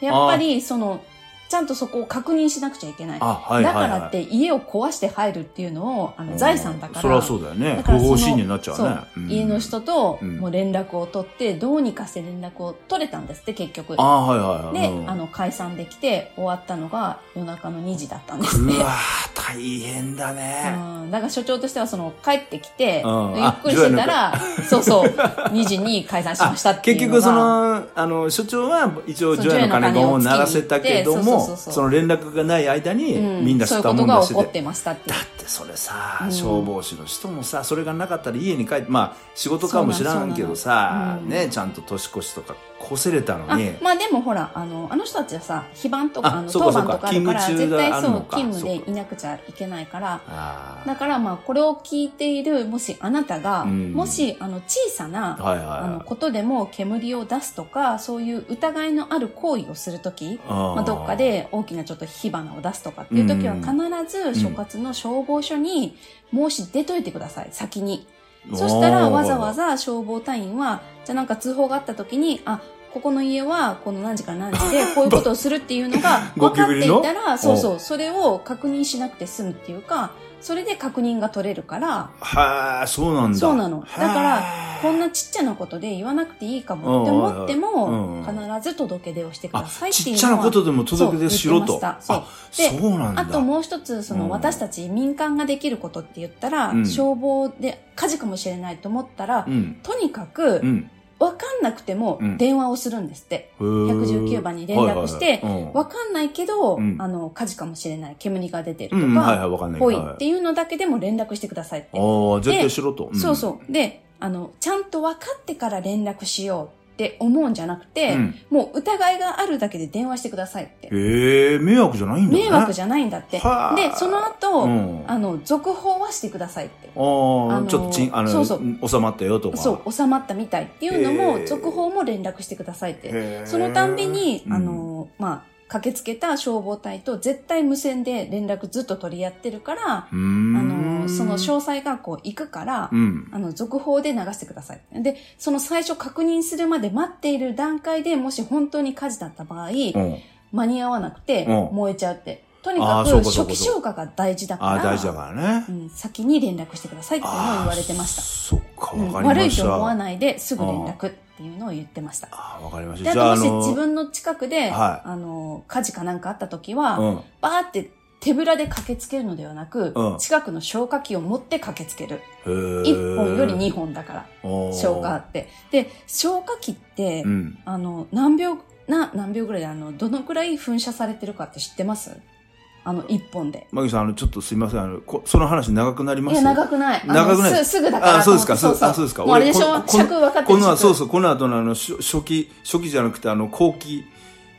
[SPEAKER 1] でやっぱりそのちゃんとそこを確認しなくちゃいけないだ
[SPEAKER 2] あはいはい
[SPEAKER 1] か
[SPEAKER 2] はい
[SPEAKER 1] らって家を壊して入るっていうのをあ
[SPEAKER 2] う
[SPEAKER 1] の
[SPEAKER 2] ん
[SPEAKER 1] 財産だか
[SPEAKER 2] そり
[SPEAKER 1] ら
[SPEAKER 2] ゃそうだよね
[SPEAKER 1] だか
[SPEAKER 2] 不
[SPEAKER 1] らその
[SPEAKER 2] 法侵入になっちゃうね
[SPEAKER 1] そう家の人と
[SPEAKER 2] うん
[SPEAKER 1] もう連絡を取ってどうにかして連絡を取れたんですって結局
[SPEAKER 2] ああはいはい
[SPEAKER 1] で
[SPEAKER 2] うん
[SPEAKER 1] あの解散できて終わったのが夜中の2時だったんですね
[SPEAKER 2] うわー大変だね
[SPEAKER 1] うん、だから所長としてはその帰ってきて、
[SPEAKER 2] うん
[SPEAKER 1] ゆっくりしてたら、そうそう、2時に解散しましたってい
[SPEAKER 2] 結
[SPEAKER 1] うのが。
[SPEAKER 2] 局そのあの所長は一応
[SPEAKER 1] そう
[SPEAKER 2] 除夜の鐘を鳴らせたけど
[SPEAKER 1] 除夜の鐘をつけに行って
[SPEAKER 2] も
[SPEAKER 1] そうそうそうそう
[SPEAKER 2] その連絡がない間に
[SPEAKER 1] うん、
[SPEAKER 2] みんな
[SPEAKER 1] そういう
[SPEAKER 2] 吸っ
[SPEAKER 1] こ
[SPEAKER 2] たも
[SPEAKER 1] と
[SPEAKER 2] んだ
[SPEAKER 1] が
[SPEAKER 2] し
[SPEAKER 1] 起
[SPEAKER 2] て
[SPEAKER 1] こってましたってい
[SPEAKER 2] だ
[SPEAKER 1] う。
[SPEAKER 2] ってそれさ、
[SPEAKER 1] うん
[SPEAKER 2] 消防士の人もさそれがなかったら家に帰ってまあ仕事かもしらんけどさ、
[SPEAKER 1] そうなのそうなの
[SPEAKER 2] ねちゃんと年越しとかこせれたの
[SPEAKER 1] あ
[SPEAKER 2] に
[SPEAKER 1] まあでもほらあのあの人たちはさ非番とか
[SPEAKER 2] あ
[SPEAKER 1] あの
[SPEAKER 2] そうか
[SPEAKER 1] 当番とかあるから
[SPEAKER 2] そうか勤務中
[SPEAKER 1] 絶対
[SPEAKER 2] があ
[SPEAKER 1] そ
[SPEAKER 2] る
[SPEAKER 1] う
[SPEAKER 2] のか
[SPEAKER 1] 勤務
[SPEAKER 2] そう
[SPEAKER 1] で
[SPEAKER 2] か
[SPEAKER 1] いなくちゃいけないから
[SPEAKER 2] あ
[SPEAKER 1] だからまあこれを聞いているもしあなたが、
[SPEAKER 2] うん
[SPEAKER 1] もしあの小さ
[SPEAKER 2] あ
[SPEAKER 1] な
[SPEAKER 2] はいはい
[SPEAKER 1] あの
[SPEAKER 2] はい
[SPEAKER 1] ことでも煙を出すとかそういう疑いのある行為をするとき
[SPEAKER 2] あー
[SPEAKER 1] まあ、どっかで大きなちょっと火花を出すとかっていう時は
[SPEAKER 2] うん
[SPEAKER 1] 必ず所轄の消防署に申し出といてください、先に。
[SPEAKER 2] おー
[SPEAKER 1] そしたらわざわざ消防隊員は、じゃあなんか通報があった時に、あ、ここの家はこの何時から何時 でこういうことをするっていうのが
[SPEAKER 2] ゴ
[SPEAKER 1] 分
[SPEAKER 2] キ
[SPEAKER 1] かっ
[SPEAKER 2] ブ
[SPEAKER 1] て
[SPEAKER 2] リ
[SPEAKER 1] い
[SPEAKER 2] の
[SPEAKER 1] たら、そうそう、それを確認しなくて済むっていうか、それで確認が取れるから、
[SPEAKER 2] はあそうなんだ
[SPEAKER 1] そうなのだから
[SPEAKER 2] はあ
[SPEAKER 1] こんなちっちゃなことで言わなくていいかもって思って
[SPEAKER 2] うん
[SPEAKER 1] も、必ず届け出をしてください
[SPEAKER 2] あ
[SPEAKER 1] って
[SPEAKER 2] ち
[SPEAKER 1] い
[SPEAKER 2] っ
[SPEAKER 1] う
[SPEAKER 2] ちゃ
[SPEAKER 1] の
[SPEAKER 2] な
[SPEAKER 1] は
[SPEAKER 2] ことでも届け出しろ
[SPEAKER 1] そう
[SPEAKER 2] と
[SPEAKER 1] 言ってました
[SPEAKER 2] あ
[SPEAKER 1] そうで
[SPEAKER 2] そうなんだ
[SPEAKER 1] あともう一つ、そ
[SPEAKER 2] うん
[SPEAKER 1] の私たち民間ができることって言ったら、
[SPEAKER 2] うん
[SPEAKER 1] 消防で火事かもしれないと思ったら、
[SPEAKER 2] うん
[SPEAKER 1] とにかく
[SPEAKER 2] う、ん
[SPEAKER 1] わかんなくても
[SPEAKER 2] うん
[SPEAKER 1] 電話をするんですって。
[SPEAKER 2] 119
[SPEAKER 1] 119番に連絡してわ、かんないけど、
[SPEAKER 2] うん
[SPEAKER 1] あの、火事かもしれない、煙が出てる
[SPEAKER 2] うん
[SPEAKER 1] と
[SPEAKER 2] うんはい
[SPEAKER 1] か、
[SPEAKER 2] はいわかんない
[SPEAKER 1] ぽ、
[SPEAKER 2] け
[SPEAKER 1] い
[SPEAKER 2] ど、
[SPEAKER 1] っていうのだけでも連絡してくださいって。
[SPEAKER 2] ああ絶対しろと、
[SPEAKER 1] そうそう。で、あの、ちゃんと分かってから連絡しようって思うんじゃなく
[SPEAKER 2] うん、
[SPEAKER 1] て、
[SPEAKER 2] うん
[SPEAKER 1] もう疑いがあるだけで電話してくださいって。
[SPEAKER 2] ええ迷惑じゃないんだね
[SPEAKER 1] 迷惑じ
[SPEAKER 2] ゃ
[SPEAKER 1] ゃないんだって。で
[SPEAKER 2] はあ、
[SPEAKER 1] その後、
[SPEAKER 2] うん
[SPEAKER 1] あの、続報はしてくださいって。
[SPEAKER 2] あ
[SPEAKER 1] あ
[SPEAKER 2] あ、
[SPEAKER 1] の
[SPEAKER 2] ちょっとちん、あの、
[SPEAKER 1] そうそ
[SPEAKER 2] 収まったよとか。
[SPEAKER 1] そう、収まったみたいっていうのも
[SPEAKER 2] へ、え
[SPEAKER 1] 続報も連絡してくださいって。
[SPEAKER 2] へー
[SPEAKER 1] そのたんびに、
[SPEAKER 2] うん
[SPEAKER 1] あの、まあ、駆けつけた消防隊と絶対無線で連絡ずっと取り合ってるから、
[SPEAKER 2] うーん
[SPEAKER 1] あの、その詳細がこう行くから、
[SPEAKER 2] うん。
[SPEAKER 1] あの、続報で流してください。で、その最初確認するまで待っている段階でもし本当に火事だった場合、
[SPEAKER 2] うん。
[SPEAKER 1] 間に合わなくて
[SPEAKER 2] うん
[SPEAKER 1] 燃えちゃうって。とに
[SPEAKER 2] あ
[SPEAKER 1] か
[SPEAKER 2] ーそう
[SPEAKER 1] く
[SPEAKER 2] かそう
[SPEAKER 1] 初
[SPEAKER 2] か
[SPEAKER 1] 期消火が大事だか
[SPEAKER 2] ああ、
[SPEAKER 1] ら。
[SPEAKER 2] 大事だからね
[SPEAKER 1] う。ん、先に連絡してくださいっていうのを
[SPEAKER 2] ああ
[SPEAKER 1] 言われてました。
[SPEAKER 2] そっか、
[SPEAKER 1] うん
[SPEAKER 2] わか
[SPEAKER 1] 悪
[SPEAKER 2] りま
[SPEAKER 1] い
[SPEAKER 2] した。
[SPEAKER 1] と思わないですぐ連絡っていうのを言ってました。
[SPEAKER 2] ああ、わかりまし
[SPEAKER 1] で、
[SPEAKER 2] た。
[SPEAKER 1] あ
[SPEAKER 2] じ
[SPEAKER 1] と
[SPEAKER 2] ゃあ、
[SPEAKER 1] も
[SPEAKER 2] あ
[SPEAKER 1] し
[SPEAKER 2] の、
[SPEAKER 1] 自分の近くで、
[SPEAKER 2] はい
[SPEAKER 1] あの、火事かなんかあった時は、
[SPEAKER 2] うん。
[SPEAKER 1] バーって手ぶらで駆けつけるのではなく、
[SPEAKER 2] うん
[SPEAKER 1] 近くの消火器を持って駆けつける。
[SPEAKER 2] へー
[SPEAKER 1] 1本より2本だから、
[SPEAKER 2] おー
[SPEAKER 1] 消火って。で、消火器って、
[SPEAKER 2] うん。
[SPEAKER 1] あの、何秒、な、何秒ぐらいで、あの、どのくらい噴射されてるかって知ってますあの、1本で。
[SPEAKER 2] マギさん、あの、ちょっとすいません。あの、こその話長くなりま
[SPEAKER 1] いや、
[SPEAKER 2] す
[SPEAKER 1] 長くない。あの
[SPEAKER 2] 長くない
[SPEAKER 1] すすぐだから
[SPEAKER 2] あ
[SPEAKER 1] と
[SPEAKER 2] そう
[SPEAKER 1] 思
[SPEAKER 2] で
[SPEAKER 1] っ
[SPEAKER 2] す
[SPEAKER 1] て。
[SPEAKER 2] かそうあそうですか
[SPEAKER 1] もうあれでし
[SPEAKER 2] 俺
[SPEAKER 1] ょ
[SPEAKER 2] こ
[SPEAKER 1] 尺分かって
[SPEAKER 2] こ
[SPEAKER 1] る
[SPEAKER 2] の、
[SPEAKER 1] 尺
[SPEAKER 2] そうそう、この後のあの、初初期、初期じゃなくて、あの、後期、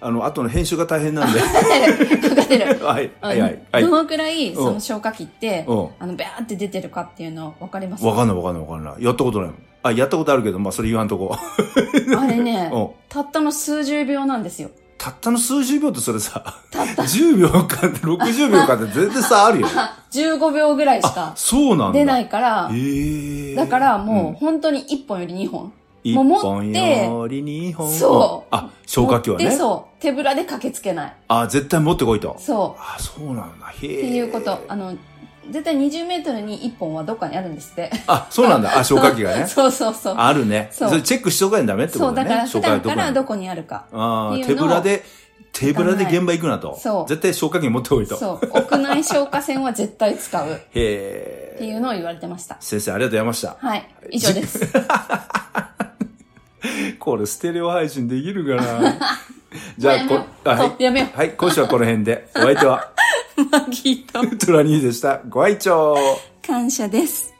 [SPEAKER 2] あの、後の編集が大変な んで。は
[SPEAKER 1] 分かってる。
[SPEAKER 2] い、
[SPEAKER 1] あ
[SPEAKER 2] はい、はい。はい
[SPEAKER 1] どのくらい、そ
[SPEAKER 2] うん
[SPEAKER 1] の消火器って、
[SPEAKER 2] うん。
[SPEAKER 1] あの、ビャーって出てるかっていうの分かります
[SPEAKER 2] わかんないわかんないわかんない。やったことないもん。あ、やったことあるけど、まあそれ言わんとこ。
[SPEAKER 1] あれね
[SPEAKER 2] う、ん。
[SPEAKER 1] たったの数十秒なんですよ。 。
[SPEAKER 2] たったの数十秒ってそれさ、10秒間で、60秒間で全然さ、あるよ。
[SPEAKER 1] 15秒ぐらいし
[SPEAKER 2] あ
[SPEAKER 1] か、
[SPEAKER 2] そうなんだ。
[SPEAKER 1] 出ないから、
[SPEAKER 2] ええ
[SPEAKER 1] だからもう本当に1本より2本。もう
[SPEAKER 2] 一
[SPEAKER 1] 持
[SPEAKER 2] 本
[SPEAKER 1] って、
[SPEAKER 2] より二本。
[SPEAKER 1] そう
[SPEAKER 2] あ、消火器は
[SPEAKER 1] 持っ
[SPEAKER 2] ね
[SPEAKER 1] て。そう。手ぶらで駆けつけない。
[SPEAKER 2] あ、絶対持ってこいと。
[SPEAKER 1] そう。
[SPEAKER 2] あ、そうなんだ。へえ。
[SPEAKER 1] っていうこと。あの、絶対20メートルに1本はどっかにあるんですって。
[SPEAKER 2] あ、そうなんだ。あ、消火器がね。
[SPEAKER 1] そうそうそう。
[SPEAKER 2] あるね。
[SPEAKER 1] そう
[SPEAKER 2] それチェックしとかないとダメってこ
[SPEAKER 1] そ
[SPEAKER 2] と
[SPEAKER 1] う、
[SPEAKER 2] だ
[SPEAKER 1] だ
[SPEAKER 2] ね。
[SPEAKER 1] から普段
[SPEAKER 2] 消火器のと
[SPEAKER 1] か
[SPEAKER 2] こに
[SPEAKER 1] らどこにあるか。
[SPEAKER 2] ああ、
[SPEAKER 1] ってい
[SPEAKER 2] 手
[SPEAKER 1] うのを
[SPEAKER 2] ぶらで、手ぶらで現場行くなと。
[SPEAKER 1] そう
[SPEAKER 2] 絶対消火器持ってこいと。
[SPEAKER 1] そう。屋内消火栓は絶対使う。っ
[SPEAKER 2] へ
[SPEAKER 1] て
[SPEAKER 2] え。
[SPEAKER 1] いうのを言われてました。
[SPEAKER 2] 先生、ありがとうございました。
[SPEAKER 1] はい。以上です。
[SPEAKER 2] これ、ステレオ配信できる かなじゃあ、こ
[SPEAKER 1] も、う
[SPEAKER 2] あ
[SPEAKER 1] やめよう
[SPEAKER 2] はい。
[SPEAKER 1] やめよう
[SPEAKER 2] はい、今週はこの辺で。お相手は、
[SPEAKER 1] マギーと
[SPEAKER 2] トラニーでした。ご愛聴
[SPEAKER 1] 感謝です。